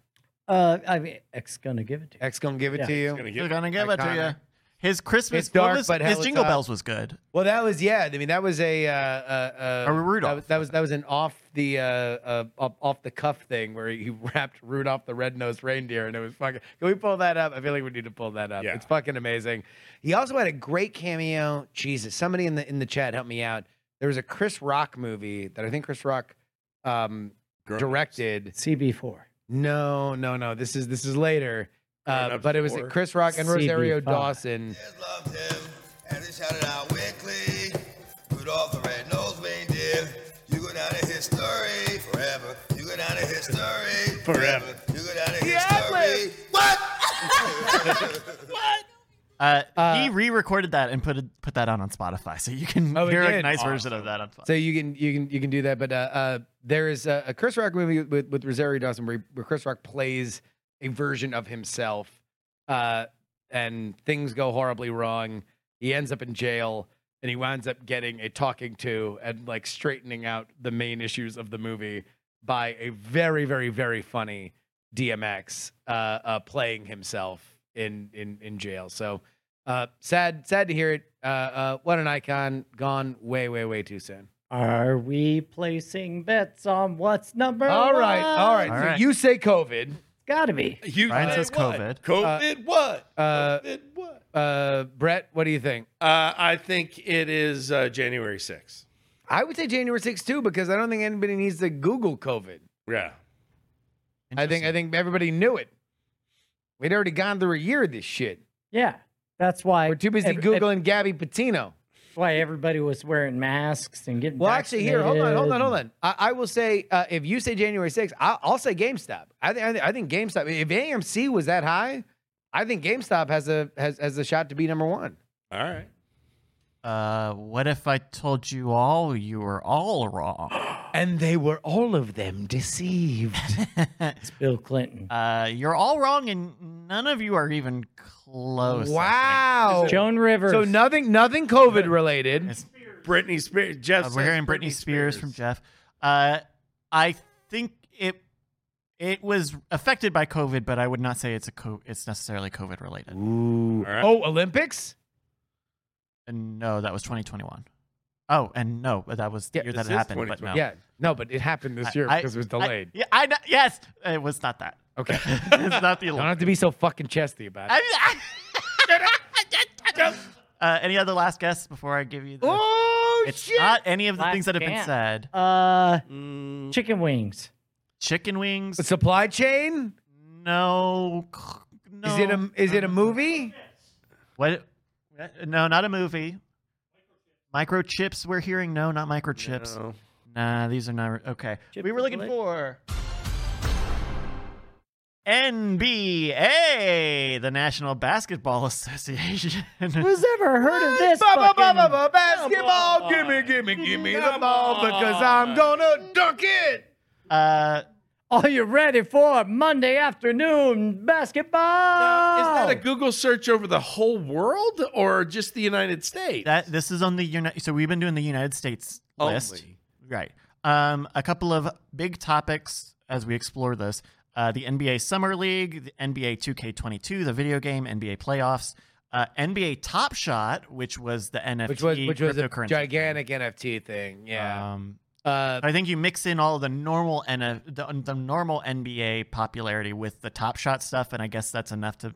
S2: Uh, I mean, X gonna give it to you.
S3: X gonna give it
S2: Yeah,
S3: to you.
S1: Gonna
S8: We're
S1: get-
S8: gonna give it to
S3: Iconic.
S8: you. His Christmas.
S3: It's dark,
S8: what was-
S3: but hell,
S8: his
S3: it's
S8: Jingle
S3: hot.
S8: Bells was good.
S3: Well, that was yeah. I mean, that was a uh, uh, uh,
S8: Or
S3: That was,
S8: Rudolph.
S3: that was that was an off the uh, uh off, off the cuff thing where he [laughs] wrapped Rudolph the red nosed reindeer, and it was fucking. Can we pull that up? I feel like we need to pull that up.
S1: Yeah.
S3: It's fucking amazing. He also had a great cameo. Jesus, somebody in the in the chat help me out. There was a Chris Rock movie that I think Chris Rock um,
S1: Grown-ups.
S3: directed.
S2: CB4.
S3: No, no, no. This is this is later. Uh,
S1: Grown-ups
S3: but it was
S1: four.
S3: Chris Rock and Rosario
S2: CB5.
S3: Dawson.
S11: loved him, and they shouted out weekly. Rudolph the red-nosed reindeer, you go down in history forever. You go down in history
S1: Forever.
S11: You go down in history. What?
S8: Uh, he re-recorded that and put it, put that out on Spotify, so you can
S3: Oh, he
S8: hear a
S3: did?
S8: nice version of that on Spotify.
S3: So you can you can you can do that. But uh, uh, there is a, a Chris Rock movie with, with Rosario Dawson where, he- where Chris Rock plays a version of himself, uh, and things go horribly wrong. He ends up in jail, and he winds up getting a talking to and like straightening out the main issues of the movie by a very very very funny DMX uh, uh, playing himself in in in jail. So. Uh, sad, sad to hear it. Uh, uh, what an icon, gone way, way, way too soon.
S2: Are we placing bets on what's number
S3: All
S2: one?
S3: right, all right.
S8: All
S3: so
S8: right.
S3: you say COVID,
S2: Gotta be.
S1: You
S8: Ryan
S1: say
S8: says
S1: what?
S8: COVID.
S1: COVID what?
S3: uh,
S1: COVID what?
S3: uh, Brett. What do you think?
S1: Uh, I think it is uh, January 6th.
S3: I would say January 6th too, because I don't think anybody needs to Google COVID.
S1: Yeah.
S3: I think I
S8: Interesting.
S3: think everybody knew it. We'd already gone through a year of this shit.
S2: Yeah. That's why
S3: We're too busy
S2: ev- ev-
S3: googling Gabby Patino.
S2: That's why everybody was wearing masks and getting
S3: Well, actually, here, hold on, hold on, hold on. I, I will say, uh, if you say January 6th, I, I'll say GameStop. I, th- I, thi- I think GameStop. If AMC was that high, I think GameStop has a has, has a shot to be number one.
S1: All right.
S8: Uh, what if I told you all you were all wrong? [laughs]
S3: And they were all of them deceived.
S2: It's Bill Clinton.
S8: Uh, you're all wrong, and none of you are even close. I
S3: wow.
S2: Joan Rivers.
S3: So nothing, nothing COVID related.
S8: It's-
S1: Britney Spears. Jeff.
S8: think. Uh,
S1: says
S8: we're hearing Britney, Spears, from Jeff. Uh, I think it it was affected by COVID, but I would not say it's a co- it's necessarily COVID related.
S3: Ooh.
S1: All right.
S3: Oh, Olympics?
S8: And no, that was 2021. Oh, and no, but that was the
S3: Yeah,
S8: year
S1: this
S8: that it
S1: is
S8: happened. But no,
S1: 2020.
S3: Yeah. No, but it happened this year because it was
S8: I- [laughs]
S3: delayed.
S8: yeah, I know- yes, it was not that. [laughs]
S3: okay.
S8: it's not the
S3: [laughs] Don't
S8: Olympics.
S3: have to be so fucking chesty about it.
S8: uh, any other last guess before I give you the?
S3: Oh
S8: it's
S3: shit!
S8: not any of the
S2: Last
S8: things that have been
S2: chance.
S8: said.
S2: Uh, chicken wings.
S8: Chicken wings.
S3: Supply chain?
S8: No. c- no.
S3: Is it a is it a movie?
S8: What? No, not a movie. Microchips. We're hearing no, not microchips.
S1: No.
S8: Nah, these are not okay.
S2: Chip
S8: we were looking
S2: lick.
S8: for NBA, the National Basketball [laughs] Association.
S13: Who's ever heard of this?
S3: Ba, ba, ba, ba,
S13: fucking-
S3: ba, basketball, gimme, gimme, gimme the ball because I'm gonna dunk it.
S8: [laughs] Uh,
S2: Are you ready for Monday afternoon basketball?
S5: Is that a Google search over the whole world or just the United States?
S8: that this is on the United. So we've been doing the United States list,
S5: Only.
S8: right? Um, a couple of big topics as we explore this: uh, the NBA Summer League, the NBA 2K22, the video game, NBA playoffs, uh, NBA Top Shot, which was the NFT,
S3: Which was which was a
S8: cryptocurrency.
S3: gigantic NFT thing. Yeah.
S8: Um,
S3: Uh,
S8: I think you mix in all the normal and the, the normal NBA popularity with the Top Shot stuff, and I guess that's enough to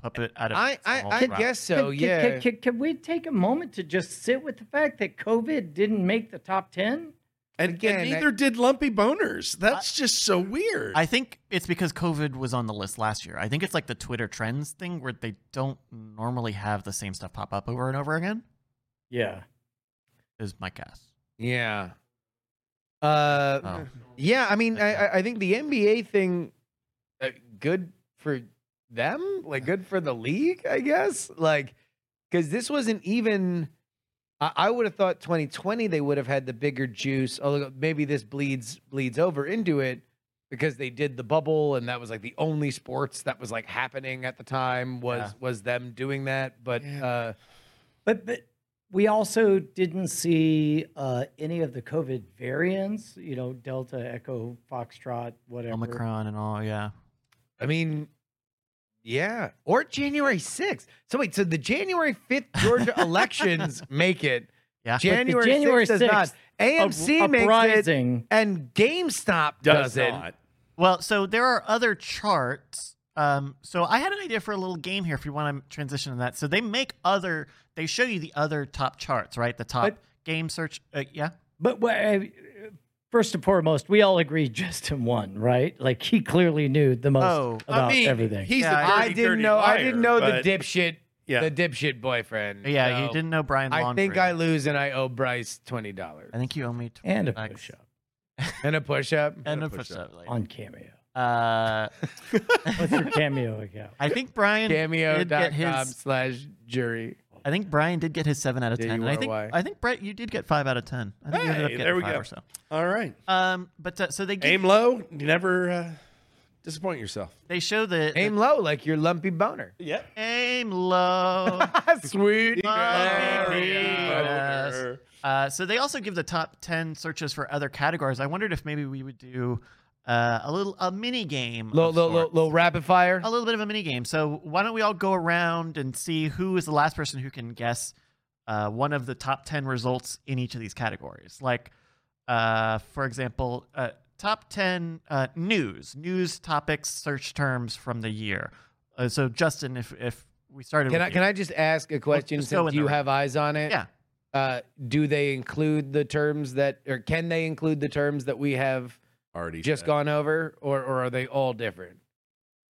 S8: puppet out of.
S3: I I,
S8: all
S3: I
S8: crap.
S3: guess
S2: Can-
S3: so.
S2: can-
S3: Yeah.
S2: Can, can- can we take a moment to just sit with the fact that COVID didn't make the top 10?
S5: and, and
S3: again, I-
S5: neither did Lumpy Boners. That's just so weird.
S8: I think it's because COVID was on the list last year. I think it's like the Twitter trends thing where they don't normally have the same stuff pop up over and over again.
S2: Yeah.
S8: Is my guess.
S3: Yeah. Uh,
S8: Oh.
S3: yeah. I mean, I
S8: Okay.
S3: I- I think the NBA thing, uh, good for them. Like, good for the league, I guess. Like, because this wasn't even. I, I would have thought 2020 they would have had the bigger juice. Although maybe this bleeds bleeds over into it because they did the bubble and that was like the only sports that was like happening at the time was
S8: Yeah.
S3: was them doing that. But uh,
S2: But, but we also didn't see uh, any of the COVID variants, you know, Delta, Echo, Foxtrot, whatever.
S8: Omicron and all, yeah.
S3: I mean, yeah. Or January 6th. So wait, so the January 5th Georgia elections make it.
S8: Yeah.
S3: January,
S2: January
S3: 6th does not.
S2: 6th
S3: AMC
S2: Up-
S3: makes it.
S2: uprising.
S3: And GameStop
S5: Does
S3: not
S5: not.
S8: Well, so there are other charts. Um, so I had an idea for a little game here if you want to transition to that. So they make other, they show you the other top charts, right? The top
S2: But-
S8: game search. Uh, yeah.
S2: But wha- uh, first and foremost, we all agree [laughs] Justin won, right? Like he clearly knew the most
S8: Oh, I
S2: about
S5: I mean,
S2: everything.
S5: He's
S8: Yeah,
S5: a
S8: I
S5: dirty,
S3: I didn't
S5: dirty
S3: know. I
S5: liar,
S3: didn't know
S5: but
S3: the dipshit.
S5: Yeah.
S3: The dipshit boyfriend.
S8: Yeah. You
S3: So
S8: didn't know Brian
S3: I
S8: Laundrie.
S3: think I lose and I owe Bryce twenty dollars
S8: I think you owe me tw-
S2: and a
S8: Like-
S2: push up
S3: and a push up.
S8: and a push up. later.
S2: on cameo.
S8: Uh,
S2: What's your cameo account?
S8: I think Brian did get
S3: Cameo.com
S8: his.
S3: slash jury.
S8: I think Brian did get his seven out of
S3: Yeah,
S8: ten.
S3: you
S8: and I
S3: are
S8: think
S3: why.
S8: I think Brett, you did get five out of ten. I think you ended up
S5: Hey,
S8: getting
S5: there we
S8: five
S5: go.
S8: or so.
S5: All right.
S8: Um, but uh, so they give,
S5: Aim low. Never uh, disappoint yourself.
S8: they show the the-
S3: Aim low like your lumpy boner.
S5: [laughs] Yeah. [laughs]
S8: aim low.
S3: [laughs] Sweet.
S8: Yes. Uh, so they also give the top ten searches for other categories. I wondered if maybe we would do uh, a little a mini game.
S3: Low,
S8: of
S3: low, low,
S8: sorts.
S3: low rapid fire.
S8: a little bit of a mini game. So why don't we all go around and see who is the last person who can guess uh, one of the top ten results in each of these categories? Like, uh, for example, uh, top ten uh, news, news topics, search terms from the year. Uh, so Justin, if if we started,
S3: Can
S8: with
S3: I
S8: you.
S3: can I just ask a question
S8: just go
S3: since
S8: in
S3: you
S8: there.
S3: have eyes on it?
S8: Yeah.
S3: Uh, do they include the terms that, or can they include the terms that we have
S5: Already
S3: just
S5: said.
S3: gone over, or or are they all different?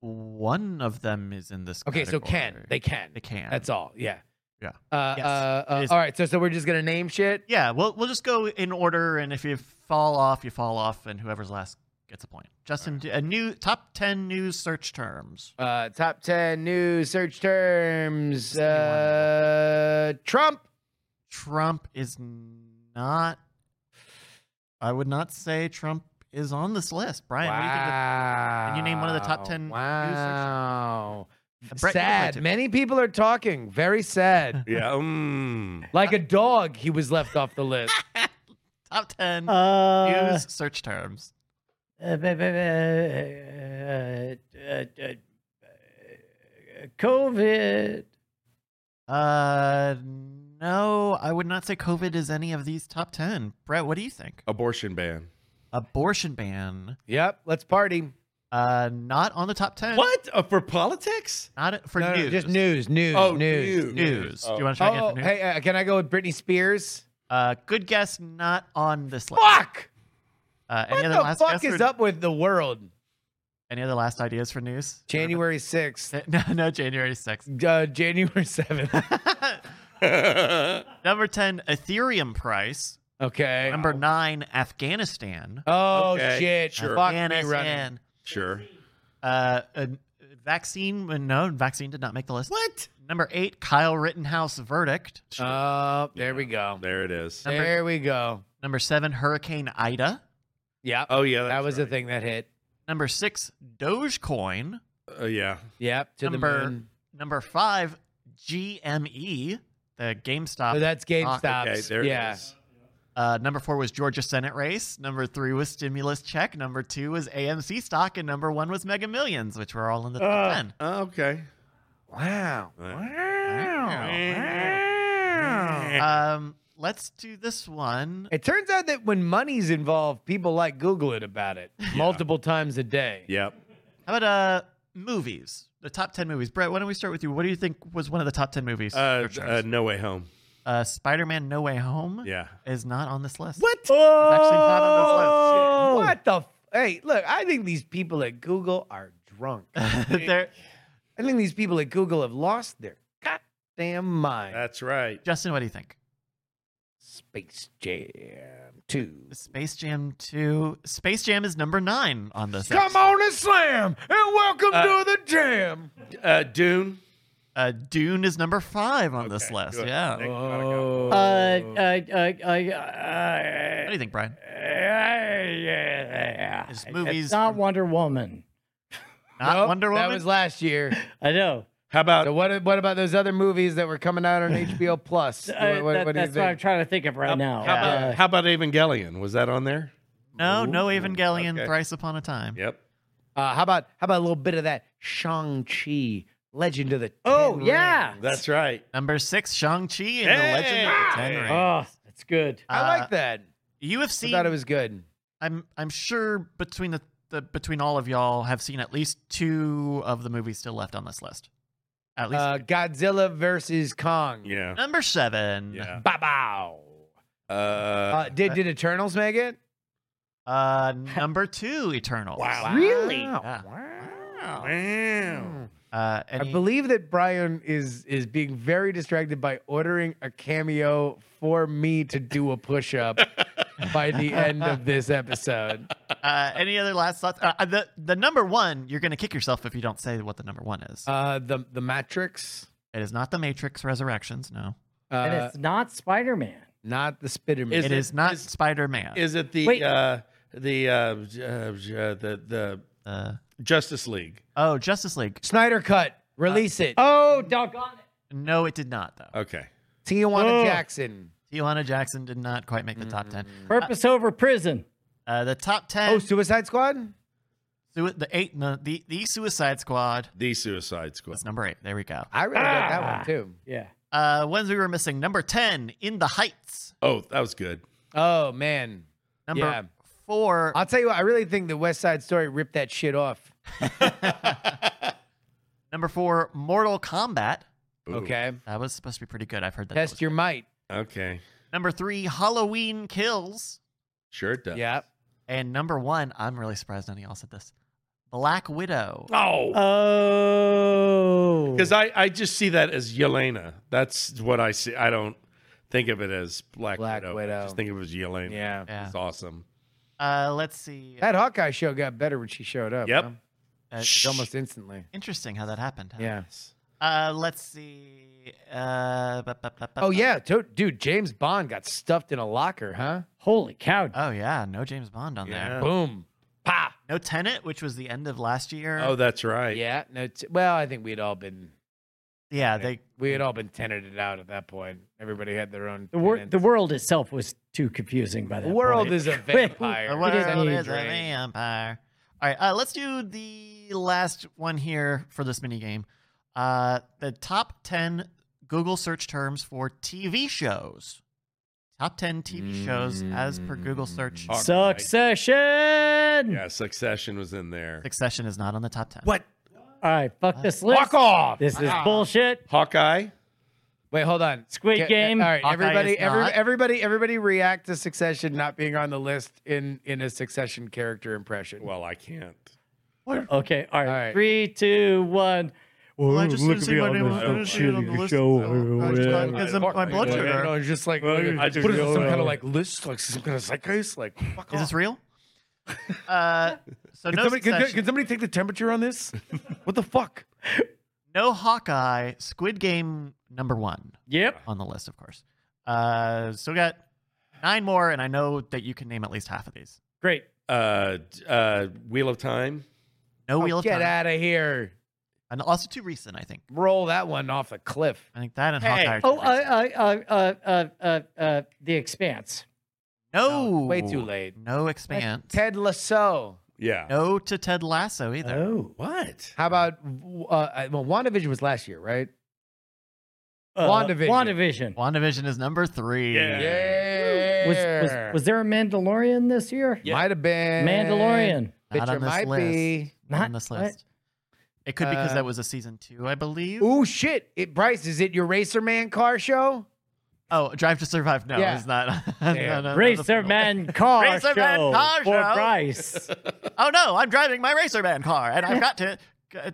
S8: One of them is in this.
S3: Okay, so can
S8: category.
S3: they can
S8: They can.
S3: That's all. Yeah.
S8: Yeah.
S3: Uh,
S8: Yes.
S3: uh, uh,
S8: It is-
S3: all right. So so we're just gonna name shit.
S8: Yeah, we'll we'll just go in order, and if you fall off, you fall off, and whoever's last gets a point. Justin, do- a new top ten news search terms.
S3: Uh, top ten new search terms.
S8: Just give me one.
S3: Uh, Trump.
S8: Trump is not. I would not say Trump is on this list. Brian, what do you think? of-
S3: wow.
S8: Can you name one of the top 10 news search
S3: Wow.
S8: terms? Brett, you look like
S3: Sad.
S8: it.
S3: Many people are talking. Very sad.
S8: [laughs]
S5: Yeah.
S8: um.
S5: mm.
S3: Like a dog, he was left off the
S8: [laughs]
S3: list.
S8: top ten
S2: Uh,
S8: news search terms.
S2: uh, ba- ba- ba- uh, uh, uh, uh, COVID.
S8: Uh, no, I would not say COVID is any of these top ten. Brett, what do you think?
S5: Abortion ban.
S8: Abortion ban,
S3: yep, let's party.
S8: uh, not on the top ten.
S5: What uh, for politics?
S8: Not for
S3: No, no,
S8: news.
S3: just news, news,
S5: Oh,
S3: news.
S5: news.
S8: News. Do you want to try again
S3: Oh,
S8: for news?
S3: hey, uh, can I go with Britney Spears?
S8: Uh, good guess, not on this list.
S3: Fuck!
S8: Uh, any
S3: What
S8: other
S3: the
S8: last
S3: fuck
S8: guess
S3: is
S8: for-
S3: up with the world?
S8: Any other last ideas for news?
S3: January 6th,
S8: [laughs] No, no, January
S3: [laughs]
S8: 6th.
S3: uh, January
S8: [laughs]
S3: 7th.
S5: uh,
S1: [laughs]
S8: Number 10, Ethereum price.
S3: Okay.
S8: Number 9, Afghanistan.
S3: Oh,
S5: Okay,
S3: shit.
S5: sure.
S3: Fuck me running.
S8: Afghanistan.
S5: Sure.
S8: Uh, a vaccine, uh, no, vaccine did not make the list. What? Number eight, Kyle Rittenhouse verdict.
S3: Oh, there we go.
S5: There it is.
S8: Number-
S3: There we go.
S8: Number seven, Hurricane Ida.
S3: Yeah.
S5: Oh yeah,
S3: that was
S5: right.
S3: the thing that hit.
S8: Number six, Dogecoin.
S5: Uh, yeah.
S3: Yep. To
S8: Number-
S3: the moon.
S8: Number five, GME, the GameStop.
S3: So that's GameStop.
S5: Okay, there
S3: yeah.
S5: it is.
S8: Uh, number four was Georgia Senate race. Number three was stimulus check. Number two was AMC stock, and number one was Mega Millions, which were all in the top ten.
S5: Oh, okay. Uh,
S3: Wow.
S8: Um, let's do this one.
S3: It turns out that when money's involved, people like Google it about it multiple times a day.
S5: [laughs] Yep.
S8: How about uh movies? The top ten movies. Brett, why don't we start with you? What do you think was one of the top ten movies?
S5: Uh,
S8: Your
S5: uh,
S8: choice.
S5: no way home.
S8: Uh, Spider-Man: No Way Home.
S5: Yeah.
S8: is not on this list.
S3: What?
S8: actually not
S5: Oh!
S8: on
S3: What the? F- hey, look, I think these people at Google are drunk. I
S8: There-
S3: think these people at Google have lost their goddamn mind.
S1: Uh,
S5: That's right.
S8: Justin, what do you think?
S3: Space Jam 2.
S8: Space Jam Two. Space Jam is number nine on this. list.
S3: Come on and slam, and welcome to the jam.
S5: Uh, Dune.
S8: Uh, Dune is number five on this list.
S5: good.
S8: Yeah.
S5: Nick,
S3: Oh.
S2: Uh, uh, uh, uh,
S8: What do
S2: uh,
S8: you think, Brian?
S2: uh,
S8: It's movies
S2: It's not Wonder Woman.
S8: Not
S3: Nope,
S8: Wonder Woman.
S3: Oh, That was last year.
S2: I know.
S5: How about
S3: So what? What about those other movies that were coming out on HBO Plus?
S2: Uh,
S3: what, what,
S2: that-
S3: what do you
S2: that's what I'm
S3: think?
S2: trying to think of right now.
S5: how about
S2: Uh,
S5: how about Evangelion? Was that on there?
S8: no, no Evangelion.
S5: okay.
S8: Thrice Upon a Time.
S5: Yep.
S3: Uh, how about how about a little bit of that Shang Chi Legend of the?
S2: oh
S3: Ten
S2: yeah.
S3: Rings?
S5: That's right.
S8: Number six, Shang Chi and the Legend of the Ten Rings.
S2: Oh, that's good.
S3: I
S8: Uh,
S3: like that.
S8: You have
S3: I
S8: seen.
S3: thought it was good.
S8: I'm I'm sure between the, the between all of y'all have seen at least two of the movies still left on this list. At least
S3: Uh, Godzilla versus Kong.
S5: Yeah.
S8: number seven.
S5: Yeah.
S3: Bow bow.
S5: Uh,
S3: Uh, did did Eternals make it?
S8: Uh, number two, Eternals.
S3: Really?
S8: Yeah.
S3: Wow.
S5: wow.
S8: Uh,
S3: I
S8: any,
S3: believe that Brian is is being very distracted by ordering a cameo for me to do a push [laughs] up by the end of this episode.
S8: uh, any other last thoughts? Uh, uh, the the number one, you're gonna kick yourself if you don't say what the number one is.
S3: Uh, the the Matrix,
S8: it is not the Matrix Resurrections. No,
S2: and
S3: uh,
S2: it's not Spider Man.
S3: not the Spider
S5: Is
S8: it
S3: Man.
S5: it-
S8: is not
S5: is-
S8: Spider Man.
S5: Is it the
S2: Wait.
S5: uh, the uh, j- uh, j- uh, the the
S8: Uh,
S5: Justice League?
S8: oh, Justice League.
S3: Snyder cut. Release it.
S2: Oh, doggone it.
S8: No, it did not
S3: Oh.
S8: though.
S5: Okay.
S3: Tijuana
S2: Oh.
S3: Jackson.
S8: Tijuana Jackson did not quite make the top ten.
S2: Purpose over prison.
S8: Uh, the top ten.
S3: Mm-hmm. Oh, Suicide Squad.
S8: Sui- the eight, no, the the Suicide Squad.
S5: The Suicide Squad.
S8: That's number eight. There we go.
S3: I really like that one too.
S2: Yeah.
S8: Uh, ones we were missing. Number ten, In the Heights.
S5: Oh, that was good.
S3: Oh man.
S8: Number
S3: Yeah.
S8: four.
S3: I'll tell you what. I really think the West Side Story ripped that shit off.
S8: Number four, Mortal Kombat.
S5: Ooh.
S3: Okay.
S8: That was supposed to be pretty good. I've heard that. that was-
S3: Test your might.
S5: Okay.
S8: Number three, Halloween Kills.
S5: Sure it does.
S3: Yeah.
S8: And number one, I'm really surprised none of y'all said this. Black Widow.
S5: Oh.
S2: Oh.
S5: Because I, I just see that as Yelena. That's what I see. I don't think of it as Black,
S3: Black
S5: I
S3: Widow.
S5: just think of it as Yelena.
S3: Yeah.
S8: Yeah.
S5: It's awesome.
S8: Uh, let's see.
S3: That Hawkeye show got better when she showed up.
S5: Yep.
S3: huh?
S8: Uh,
S3: Like, almost instantly.
S8: interesting how that happened. huh?
S3: Yeah.
S8: Uh, let's see. Uh, bu- bu- bu- bu-
S3: Oh
S8: bu-
S3: yeah, to- dude. James Bond got stuffed in a locker, huh?
S2: Holy cow.
S3: Uh,
S8: Oh yeah. No James Bond on
S5: Yeah.
S8: there.
S3: Boom. Pop.
S8: No Tenet, which was the end of last year.
S5: Oh, that's right.
S3: Yeah. No. T- well, I think we'd all been
S8: yeah. They
S3: we had all been tenanted out at that point. Everybody had their own.
S2: The, wor-
S3: tenants.
S2: the world itself was too confusing by that
S3: The world
S2: point. [laughs]
S3: is a vampire.
S8: The
S2: We didn't
S8: world
S2: need
S8: is a
S3: Drake.
S8: vampire. All right, uh, let's do the last one here for this mini game. Uh, the top ten Google search terms for TV shows. Top ten TV shows as per Google search.
S5: All right.
S2: Succession.
S5: Yeah, Succession was in there.
S8: Succession is not on the top ten.
S5: What?
S2: All right, fuck this list.
S3: Fuck off.
S2: This is bullshit.
S5: Hawkeye?
S3: Wait, hold on.
S2: Squid
S3: Ca-
S2: Game.
S3: All right,
S8: Hawkeye
S3: everybody,
S8: is
S3: every,
S8: not.
S3: everybody, everybody, react to Succession not being on the list in in a Succession character impression.
S5: Well, I can't.
S2: Okay, all right.
S3: All right.
S2: Three, two, one.
S8: Well, I just didn't see my name. I didn't see it on the list. Oh,
S2: Oh,
S8: I just thought it was my blood
S3: Like,
S8: sugar.
S3: I was just like, what
S5: I
S3: is
S5: just-
S3: this, some kind of like list, like some kind of zeitgeist, like fuck
S8: Is this
S3: off.
S8: real? [laughs] Uh, so
S3: Can
S8: no
S3: somebody, can,
S8: Succession.
S3: can somebody take the temperature on this? what the fuck?
S8: no Hawkeye, Squid Game number one.
S2: Yep.
S8: On the list, of course. Uh, still got nine more, and I know that you can name at least half of these.
S2: Great.
S5: Uh, uh, Wheel of Time.
S8: No
S3: Oh,
S8: Wheel of
S3: get
S8: Time.
S3: out of here.
S8: And also too recent, I think.
S3: Roll that one off the cliff.
S8: I think that and
S3: Hey,
S8: Hawkeye. Are too
S2: Oh, uh,
S8: recent.
S2: uh, uh, uh, uh, uh, The Expanse.
S8: no,
S3: way too late.
S8: No Expanse.
S3: Ted Lasso.
S5: Yeah.
S8: no to Ted Lasso either.
S3: Oh.
S5: What?
S3: How about uh, well, WandaVision was last year, right?
S2: Uh,
S3: WandaVision. Oh.
S2: WandaVision.
S8: WandaVision is number three.
S5: Yeah.
S3: Yeah.
S2: Was, was, was there a Mandalorian this year?
S3: Might have been
S2: Mandalorian.
S3: Bitch,
S8: Not on
S3: it
S8: this
S3: might
S8: list.
S3: be.
S8: Not on
S2: Not-
S8: this
S2: what?
S8: list. It could be because
S3: Uh,
S8: that was a season two, I believe.
S3: Ooh shit! It Bryce, is it your Racer Man car show?
S8: Oh, Drive to Survive. No,
S3: Yeah.
S8: it's not. [laughs]
S3: Yeah.
S8: no, no, not the
S2: Racer
S8: final.
S2: Man
S8: [laughs]
S2: Car
S8: Racer
S2: Show
S8: Man Car
S2: for
S8: Show. [laughs]
S2: Bryce.
S8: Oh no, I'm driving my Racer Man car, and
S2: [laughs]
S8: I've got to. uh,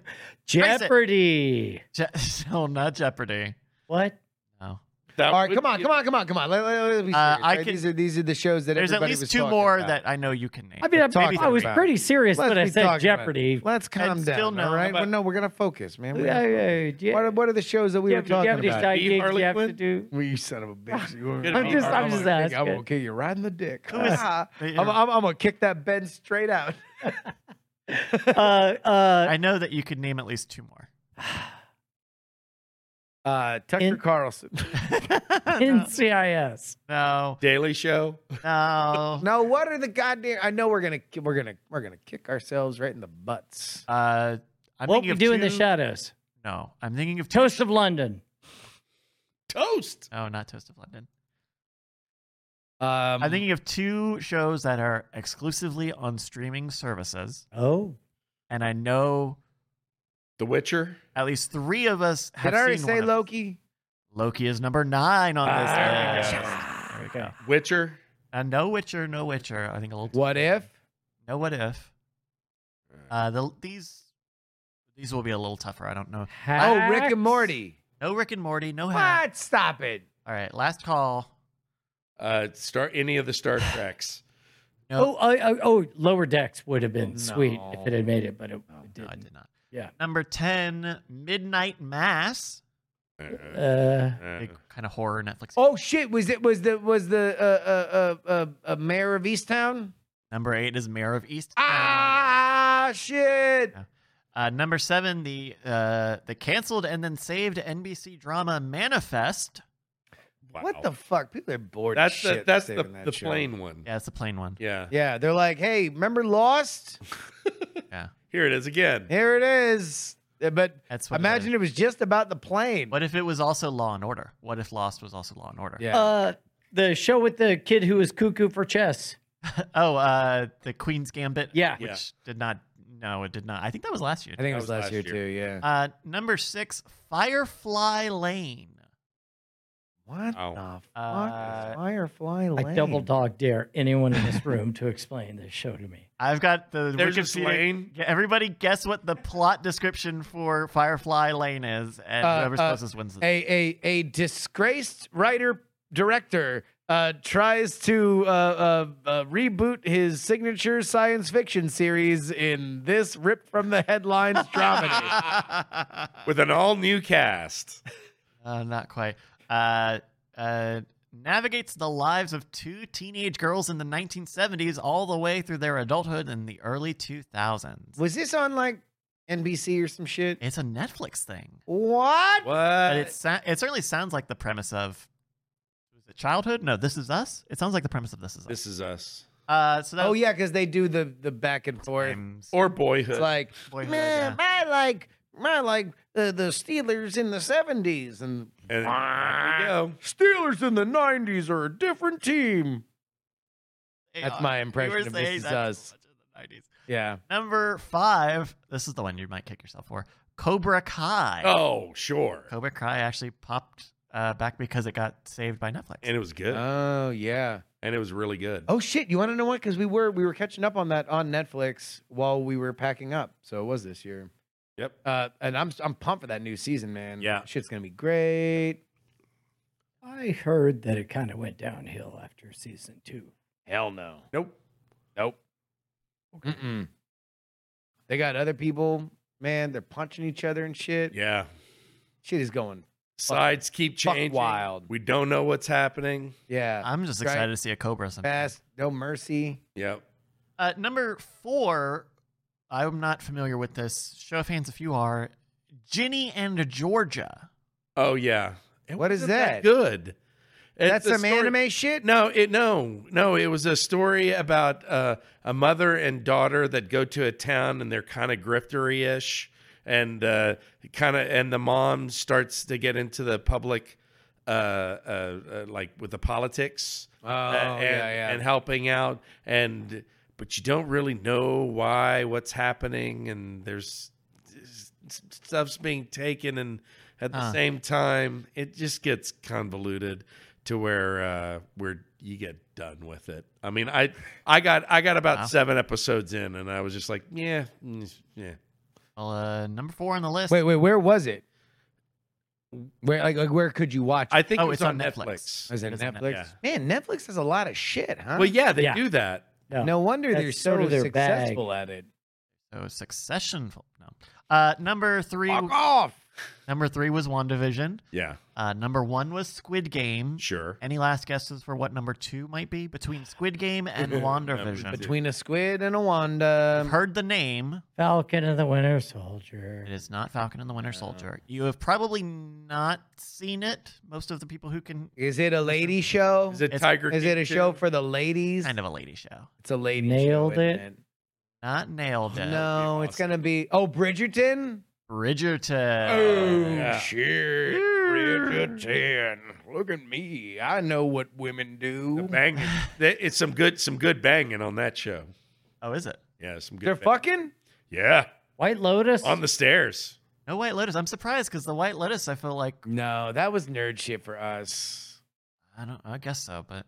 S2: Jeopardy.
S8: Je- no, not Jeopardy.
S2: What?
S8: No.
S5: That
S3: All right,
S5: would
S3: come on,
S5: be-
S3: come on, come on, come on. Let, let, let me see.
S8: Uh, I
S3: right?
S8: could-
S3: these are these are the shows that
S8: There's at
S3: everybody
S8: least
S3: was
S8: two
S3: talking
S8: more
S3: about.
S8: that I know you can name.
S2: I mean, I,
S3: talking
S2: I was
S3: about-
S2: pretty serious
S3: Let's
S2: when I
S3: be
S2: said
S3: talking about it.
S2: Jeopardy.
S3: Let's calm
S8: And
S3: down.
S8: still no.
S3: all right,
S5: About-
S3: well, no, we're gonna focus, man. We
S2: Yeah,
S3: gotta
S2: yeah, yeah.
S3: What are, what are the shows that we were
S2: Jeopardy-
S3: talking
S2: Jeopardy
S3: about?
S2: side
S5: Be
S2: gigs you have to
S5: Harlequin?
S2: do.
S3: [laughs] Well, [laughs] you son of a bitch. You were-
S5: I'm just- I'm
S3: gonna
S2: just
S3: kick- I'm
S2: asking.
S3: gonna kill you right in the dick.
S8: Who is-
S3: Ah, [laughs] I'm, I'm, I'm gonna kick that Ben straight out.
S2: Uh, uh,
S8: I know that you could name at least two more.
S3: Uh, Tucker
S2: In-
S3: [laughs] Carlson.
S2: NCIS.
S8: No,
S3: [laughs]
S5: Daily Show.
S8: no.
S3: No, what are the goddamn? I know we're gonna we're gonna we're gonna kick ourselves right in the butts.
S8: Uh, I'm
S2: what
S8: thinking
S2: we
S8: of
S2: do in the
S8: two-
S2: shadows.
S8: No, I'm thinking of two.
S2: Toast of London.
S5: Toast.
S8: No, not Toast of London.
S3: Um,
S8: I'm thinking of two shows that are exclusively on streaming services,
S2: Oh.
S8: and I know
S5: The Witcher.
S8: at least three of us have
S3: did I already
S8: seen
S3: say
S8: one of them.
S3: Loki?
S8: Loki is number nine on this
S5: Ah,
S8: list.
S5: there we
S8: There we go.
S5: Witcher.
S8: Uh, no Witcher, no Witcher. I think a little.
S3: What if?
S8: No what if? Uh, the, these these will be a little tougher. I don't know.
S3: Oh, Rick and Morty.
S8: No Rick and Morty. No Hack.
S3: What? Stop it.
S8: All right, last call.
S5: Uh, star any of
S3: [sighs]
S5: the Star Treks.
S8: No.
S2: Oh, uh, oh, Lower Decks would have been
S3: Oh, No. Oh,
S2: sweet if it had made it, but it, it
S8: No, I
S2: didn't.
S8: did not.
S2: Yeah.
S8: Number ten, Midnight Mass.
S2: Uh,
S5: Uh,
S8: Big kind of horror Netflix.
S3: Oh shit! Was it was the was the uh, uh, uh, uh, uh, mayor of Easttown?
S8: Number eight is Mayor of East.
S3: Ah shit!
S8: Uh, number seven, the uh, the canceled and then saved NBC drama Manifest.
S5: wow.
S3: What the fuck? People are bored. as
S5: That's
S3: shit
S5: the that's the,
S3: saving that
S5: the
S3: show.
S5: plain one.
S8: Yeah, it's a plain one.
S5: Yeah.
S3: Yeah, they're like, hey, remember Lost?
S5: Here it is again.
S3: Here it is. Uh, But
S8: That's what.
S3: imagine
S8: It
S3: it was just about the plane.
S8: is. What if it was also Law and Order? What if Lost was also Law and Order?
S3: Yeah.
S2: uh, the show with the kid who was cuckoo for chess.
S8: Oh, uh, the Queen's Gambit.
S2: Yeah.
S8: which
S5: Yeah.
S8: did not. No, it did not. I think that was last year.
S3: I think it
S5: That
S3: was, last, year, too. Yeah.
S8: Uh, number six, Firefly Lane.
S3: What
S5: Oh.
S3: the fuck?
S8: Uh,
S3: is Firefly Lane.
S2: I double dog dare anyone in this room to explain this show to me.
S8: I've got the
S5: There's a
S8: Wikipedia.
S5: Slane.
S8: Yeah, Everybody, guess what the plot description for Firefly Lane is, and
S3: Uh,
S8: whoever's
S3: uh,
S8: closest wins.
S3: A, a a disgraced writer director uh, tries to uh, uh, uh, reboot his signature science fiction series in this ripped from the headlines [laughs] dramedy.
S5: with an all new cast.
S8: [laughs] Uh, not quite. Uh, uh, navigates the lives of two teenage girls in the 1970s all the way through their adulthood in the early 2000s.
S3: Was this on like NBC or some shit?
S8: It's a Netflix thing,
S3: What?
S8: but
S3: Uh,
S5: What?
S8: it sa- it certainly sounds like the premise of was it childhood? No, this is us. It sounds like the premise of this is us.
S5: This is us.
S8: uh, so that
S3: Oh yeah, because they do the the back and forth.
S5: Or Boyhood.
S3: It's like,
S8: Boyhood,
S3: man, I like, I like the the Steelers in the '70s and
S5: and there you go.
S3: Steelers in the '90s are a different team.
S8: uh,
S3: That's my impression of This Is Us. Yeah.
S8: Number five. This is the one you might kick yourself for. Cobra Kai.
S5: Oh, sure.
S8: Cobra Kai actually popped uh, back because it got saved by Netflix.
S5: And it was good.
S3: Oh yeah.
S5: and it was really good.
S3: Oh shit. You want to know what? Because we were we were catching up on that on Netflix while we were packing up. So it was this year.
S5: Yep.
S3: Uh, and I'm I'm pumped for that new season, man.
S5: Yeah.
S3: Shit's gonna be great.
S2: I heard that it kind of went downhill after season two.
S3: Hell no.
S5: Nope.
S3: Mm-mm. They got other people, man. They're punching each other and shit.
S5: Yeah.
S3: Shit is going.
S5: Sides keep
S3: fuck
S5: changing.
S3: wild.
S5: We don't know what's happening.
S3: Yeah.
S8: I'm just
S3: uh, Right?
S8: excited to see a Cobra sometime.
S3: Fast. No mercy.
S5: Yep.
S8: Uh, number four, I'm not familiar with this. Show of hands if you are. Ginny and Georgia.
S5: Oh yeah. It
S3: What is
S5: wasn't
S3: that?
S5: Good. It's
S3: That's
S5: a
S3: some
S5: story-
S3: anime shit.
S5: No, it no no. It was a story about uh, a mother and daughter that go to a town and they're kind of griftery ish, and uh, kind of and the mom starts to get into the public, uh, uh, uh, like with the politics. Oh and,
S3: yeah, yeah.
S5: and helping out and but you don't really know why what's happening and there's s- s- stuff's being taken and at the
S8: Huh.
S5: same time it just gets convoluted to where uh where you get done with it i mean i i got i got about
S8: Wow.
S5: seven episodes in and i was just like yeah mm, yeah
S8: Well, uh, number four on the list.
S3: Wait, wait. Where was it? Where like, like where could you watch?
S5: i think
S8: Oh,
S5: it was
S8: it's on Netflix.
S5: netflix,
S3: Is it
S8: It's on
S3: Netflix? Man, Netflix has a lot of shit, huh?
S5: well yeah they
S2: Yeah.
S5: do that
S2: No.
S3: No wonder
S2: That's
S3: they're so
S2: sort of their bag.
S3: successful at it.
S8: So succession. No. Uh, number three.
S3: Fuck off.
S8: Number three was WandaVision.
S5: yeah
S8: Uh, number one was Squid Game.
S5: sure
S8: Any last guesses for what number two might be between Squid Game and WandaVision?
S3: Between a squid and a wanda.
S8: I've heard the name.
S2: Falcon and the Winter Soldier.
S8: It is not Falcon and the Winter Soldier. You have probably not seen it. Most of the people who can
S3: Is it a lady show?
S5: is it
S8: It's-
S5: tiger
S3: Is
S5: King
S3: it a
S5: too?
S3: show for the ladies?
S8: kind of a lady show.
S3: It's a lady
S2: Nailed
S3: show. isn't
S2: it.
S8: Not nailed it.
S3: No, it's gonna be oh Bridgerton.
S8: Bridgerton.
S5: Oh,
S1: Oh.
S5: yeah.
S3: shit, Bridgerton. Look at me. I know what women
S5: The
S3: do.
S5: banging. That- it's some good, some good banging on that show.
S8: Oh, is it?
S5: Yeah, some good.
S3: They're
S5: bang-
S3: fucking.
S5: Yeah,
S2: White Lotus.
S5: on the stairs.
S8: No White Lotus. I'm surprised because the White Lotus, I feel like
S3: No, that was nerd shit for us.
S8: I don't. I guess so, but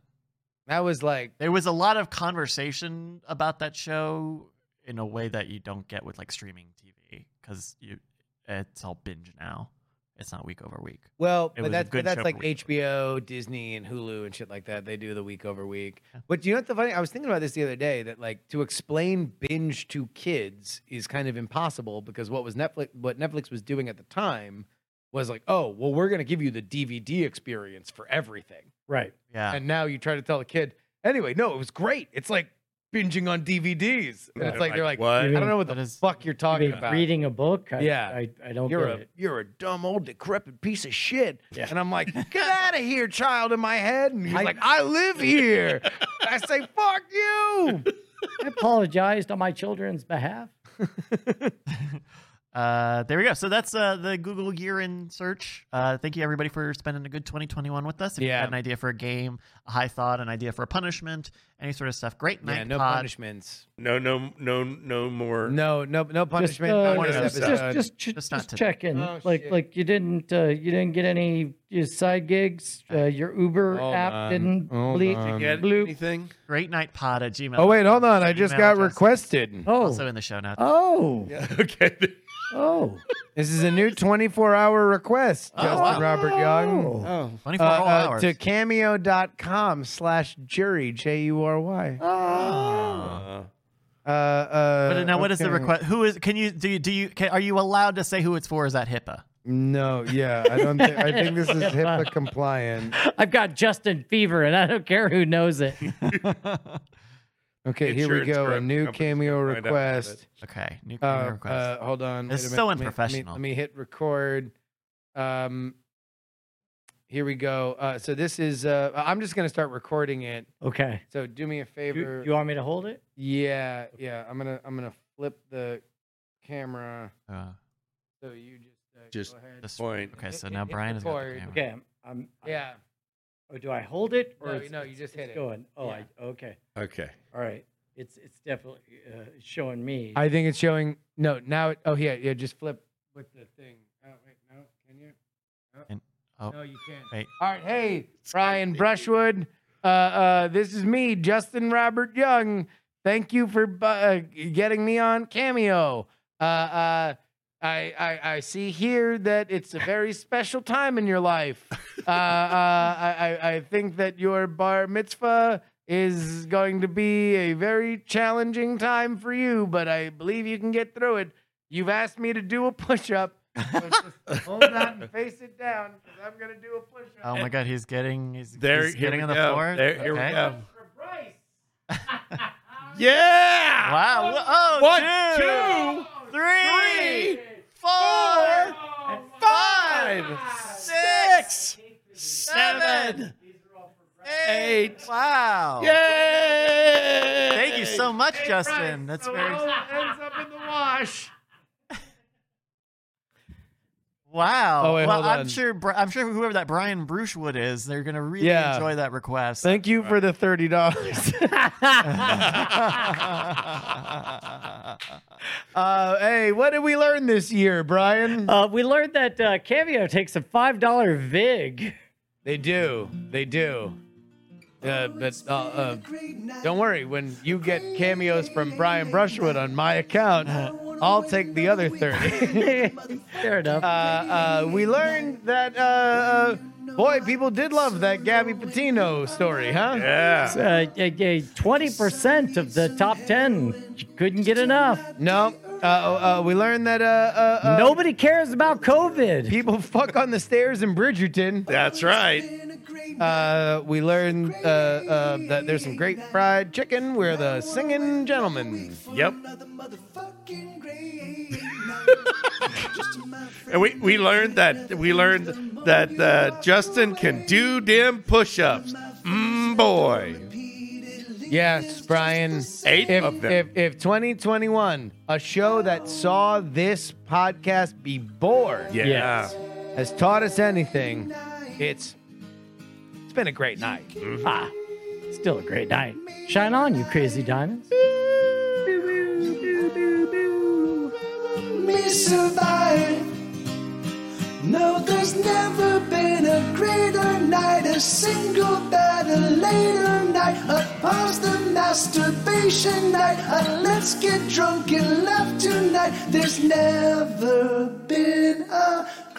S3: That was like
S8: there was a lot of conversation about that show in a way that you don't get with like streaming TV because you it's all binge now. It's not week over week.
S3: Well,
S8: was
S3: but
S8: a
S3: that's but
S8: good show
S3: that's
S8: for
S3: like
S8: week over
S3: HBO, Disney, and Hulu and shit like that. They do the week over week.
S8: Yeah.
S3: But do you know what the funny? I was thinking about this the other day that like to explain binge to kids is kind of impossible because what was Netflix what Netflix was doing at the time was like, oh, well, we're gonna give you the DVD experience for everything,
S2: right.
S8: Yeah.
S3: and now you try to tell a kid anyway. No, it was great. It's like binging on DVDs. And it's
S5: They're
S3: like they're like,
S5: what?
S3: I don't know what the
S8: That is-
S3: fuck you're
S2: I
S3: talking
S2: mean,
S3: about.
S2: reading a book. I,
S3: Yeah.
S2: I, I don't
S3: You're
S2: get
S3: a
S2: it.
S3: you're a dumb old decrepit piece of shit.
S2: Yeah.
S3: And I'm [laughs] like, get out of here, child in my head. And he's like, I live here. [laughs] I say, fuck you.
S2: I apologized on my children's behalf.
S8: Uh, there we go. So that's uh, the Google year in search. Uh, thank you everybody for spending a good 2021 with us. If you
S3: Yeah.
S8: had an idea for a game, a high thought, an idea for a punishment, any sort of stuff, great night
S3: Yeah, no
S8: pod.
S3: punishments.
S5: No, no, no, no more.
S3: No, no, no punishment.
S2: Just, uh,
S3: on this
S2: just,
S3: episode.
S2: just, just, ch-
S8: Just not
S2: just
S8: today.
S2: check in.
S3: Oh,
S2: like,
S3: shit.
S2: like you didn't, uh, you didn't get any your side gigs. Uh, your Uber
S3: Hold
S2: app
S3: on,
S2: didn't
S3: hold
S2: bleep.
S3: on.
S5: Get
S2: Bloop.
S5: anything?
S8: Great night pod at Gmail.
S3: oh wait, hold on. I
S8: Email
S3: just got Uh,
S8: address.
S3: requested.
S8: Also
S2: Oh,
S8: in the show notes.
S2: oh,
S5: Yeah. [laughs] Okay.
S2: oh.
S3: This is a new 24 hour request, Justin
S8: wow.
S3: Robert Young.
S5: Oh,
S8: 24
S3: Uh,
S8: whole
S3: uh,
S8: hours.
S3: to cameo.com slash jury, J U R Y.
S5: uh,
S3: Uh, uh,
S8: But now, what is the
S3: okay.
S8: request? Who is? Can you do? You, do you? Can, are you allowed to say who it's for? Is
S3: [laughs]
S8: that HIPAA?
S3: No, yeah, I don't. Think, I think this [laughs] is HIPAA compliant.
S2: I've got Justin Fever, and I don't care who knows
S3: [laughs]
S2: it.
S3: Okay, here we
S5: Insurance
S3: go.
S5: for
S3: A new
S5: companies
S3: cameo
S5: to find out about
S3: request.
S8: Okay, new
S3: Uh,
S8: cameo request.
S3: uh, hold on.
S8: This
S3: wait a
S8: is so
S3: minute, let me- let me-
S8: unprofessional.
S3: Let me, hit record. Um, here we go. Uh, so this is. Uh, I'm just gonna start recording it.
S2: Okay.
S3: So do me a
S2: Do,
S3: favor.
S2: do you want me to hold it?
S3: yeah, yeah. I'm gonna. I'm gonna flip the camera.
S8: Uh,
S3: So you just. Uh,
S5: Just-
S3: Go ahead.
S8: this-
S5: point.
S8: Okay, so
S3: Hit-
S8: now
S3: hit
S8: Brian has got the
S3: record.
S8: camera.
S2: Okay. I'm, I'm,
S3: Yeah.
S2: Oh, do I hold it? Or
S3: No,
S2: it's-
S3: no,
S2: it's-
S3: you just
S2: it's
S3: hit it.
S2: Going. Oh,
S3: Yeah.
S2: I, okay.
S5: Okay.
S2: All right. It's it's definitely uh, showing me.
S3: I think it's showing. No, now. It, oh yeah, yeah. Just flip with the thing. Oh wait, no. Can you?
S8: And- oh.
S3: No, you can't.
S8: Wait.
S3: All right, hey, Brian Brushwood. Uh, uh, this is me, Justin Robert Young. Thank you for bu- uh, getting me on Cameo. Uh, uh, I, I I see here that it's a very special time in your life. Uh, uh, I, I I think that your bar mitzvah is going to be a very challenging time for you, but I believe you can get through it. You've asked me to do a push up. Hold on and face it down because I'm going to do a push up.
S8: Oh my God, he's getting he's,
S1: There-
S8: he's
S1: here
S8: getting
S1: we
S8: on the
S1: go.
S8: floor.
S1: There- here we
S8: Okay.
S1: go. Yeah!
S8: Wow. Oh,
S1: One,
S8: two,
S1: two,
S8: three,
S1: four,
S8: five,
S1: six, seven, eight.
S8: Wow.
S1: Yay!
S8: Thank you so much, Justin. That's very
S3: ends up in the wash.
S8: [laughs] wow.
S5: Oh, wait,
S8: well,
S5: hold
S8: I'm
S5: on.
S8: sure Bri- I'm sure whoever that Brian Brushwood is, they're gonna really
S3: Yeah.
S8: enjoy that request.
S3: Thank you for the thirty dollars. [laughs] uh, hey, what did we learn this year, Brian?
S2: Uh, we learned that uh, Cameo takes a five dollar vig.
S3: They do. They do. Uh, but uh, uh, don't worry. When you get cameos from Brian Brushwood on my account, I'll take the other thirty. [laughs]
S2: Fair enough.
S3: uh, uh, we learned that. Uh, uh, boy, people did love that Gabby Patino story, huh?
S1: Yeah.
S2: Twenty percent of the top ten couldn't get enough.
S3: No. Uh, uh, we learned that. Uh, uh, uh,
S2: Nobody cares about COVID.
S3: People [laughs] fuck on the stairs in Bridgerton.
S1: That's right.
S3: Uh, we learned uh, uh, that there's some great fried chicken. We're the singing gentlemen.
S1: Yep. [laughs] and we, we learned that we learned that uh, Justin can do dim push-ups. Mm, boy.
S3: Yes, Brian.
S1: Eight
S3: If,
S1: of them.
S3: if, if 2021, a show that saw this podcast be born,
S1: yeah.
S2: Yes.
S3: has taught us anything, it's it's been a great night.
S2: Ah, still a great night. Shine on, you crazy diamonds.
S15: me survive. No, there's never been a greater night, a single better later night. A pause the masturbation night, a let's get drunk and laugh tonight. There's never been a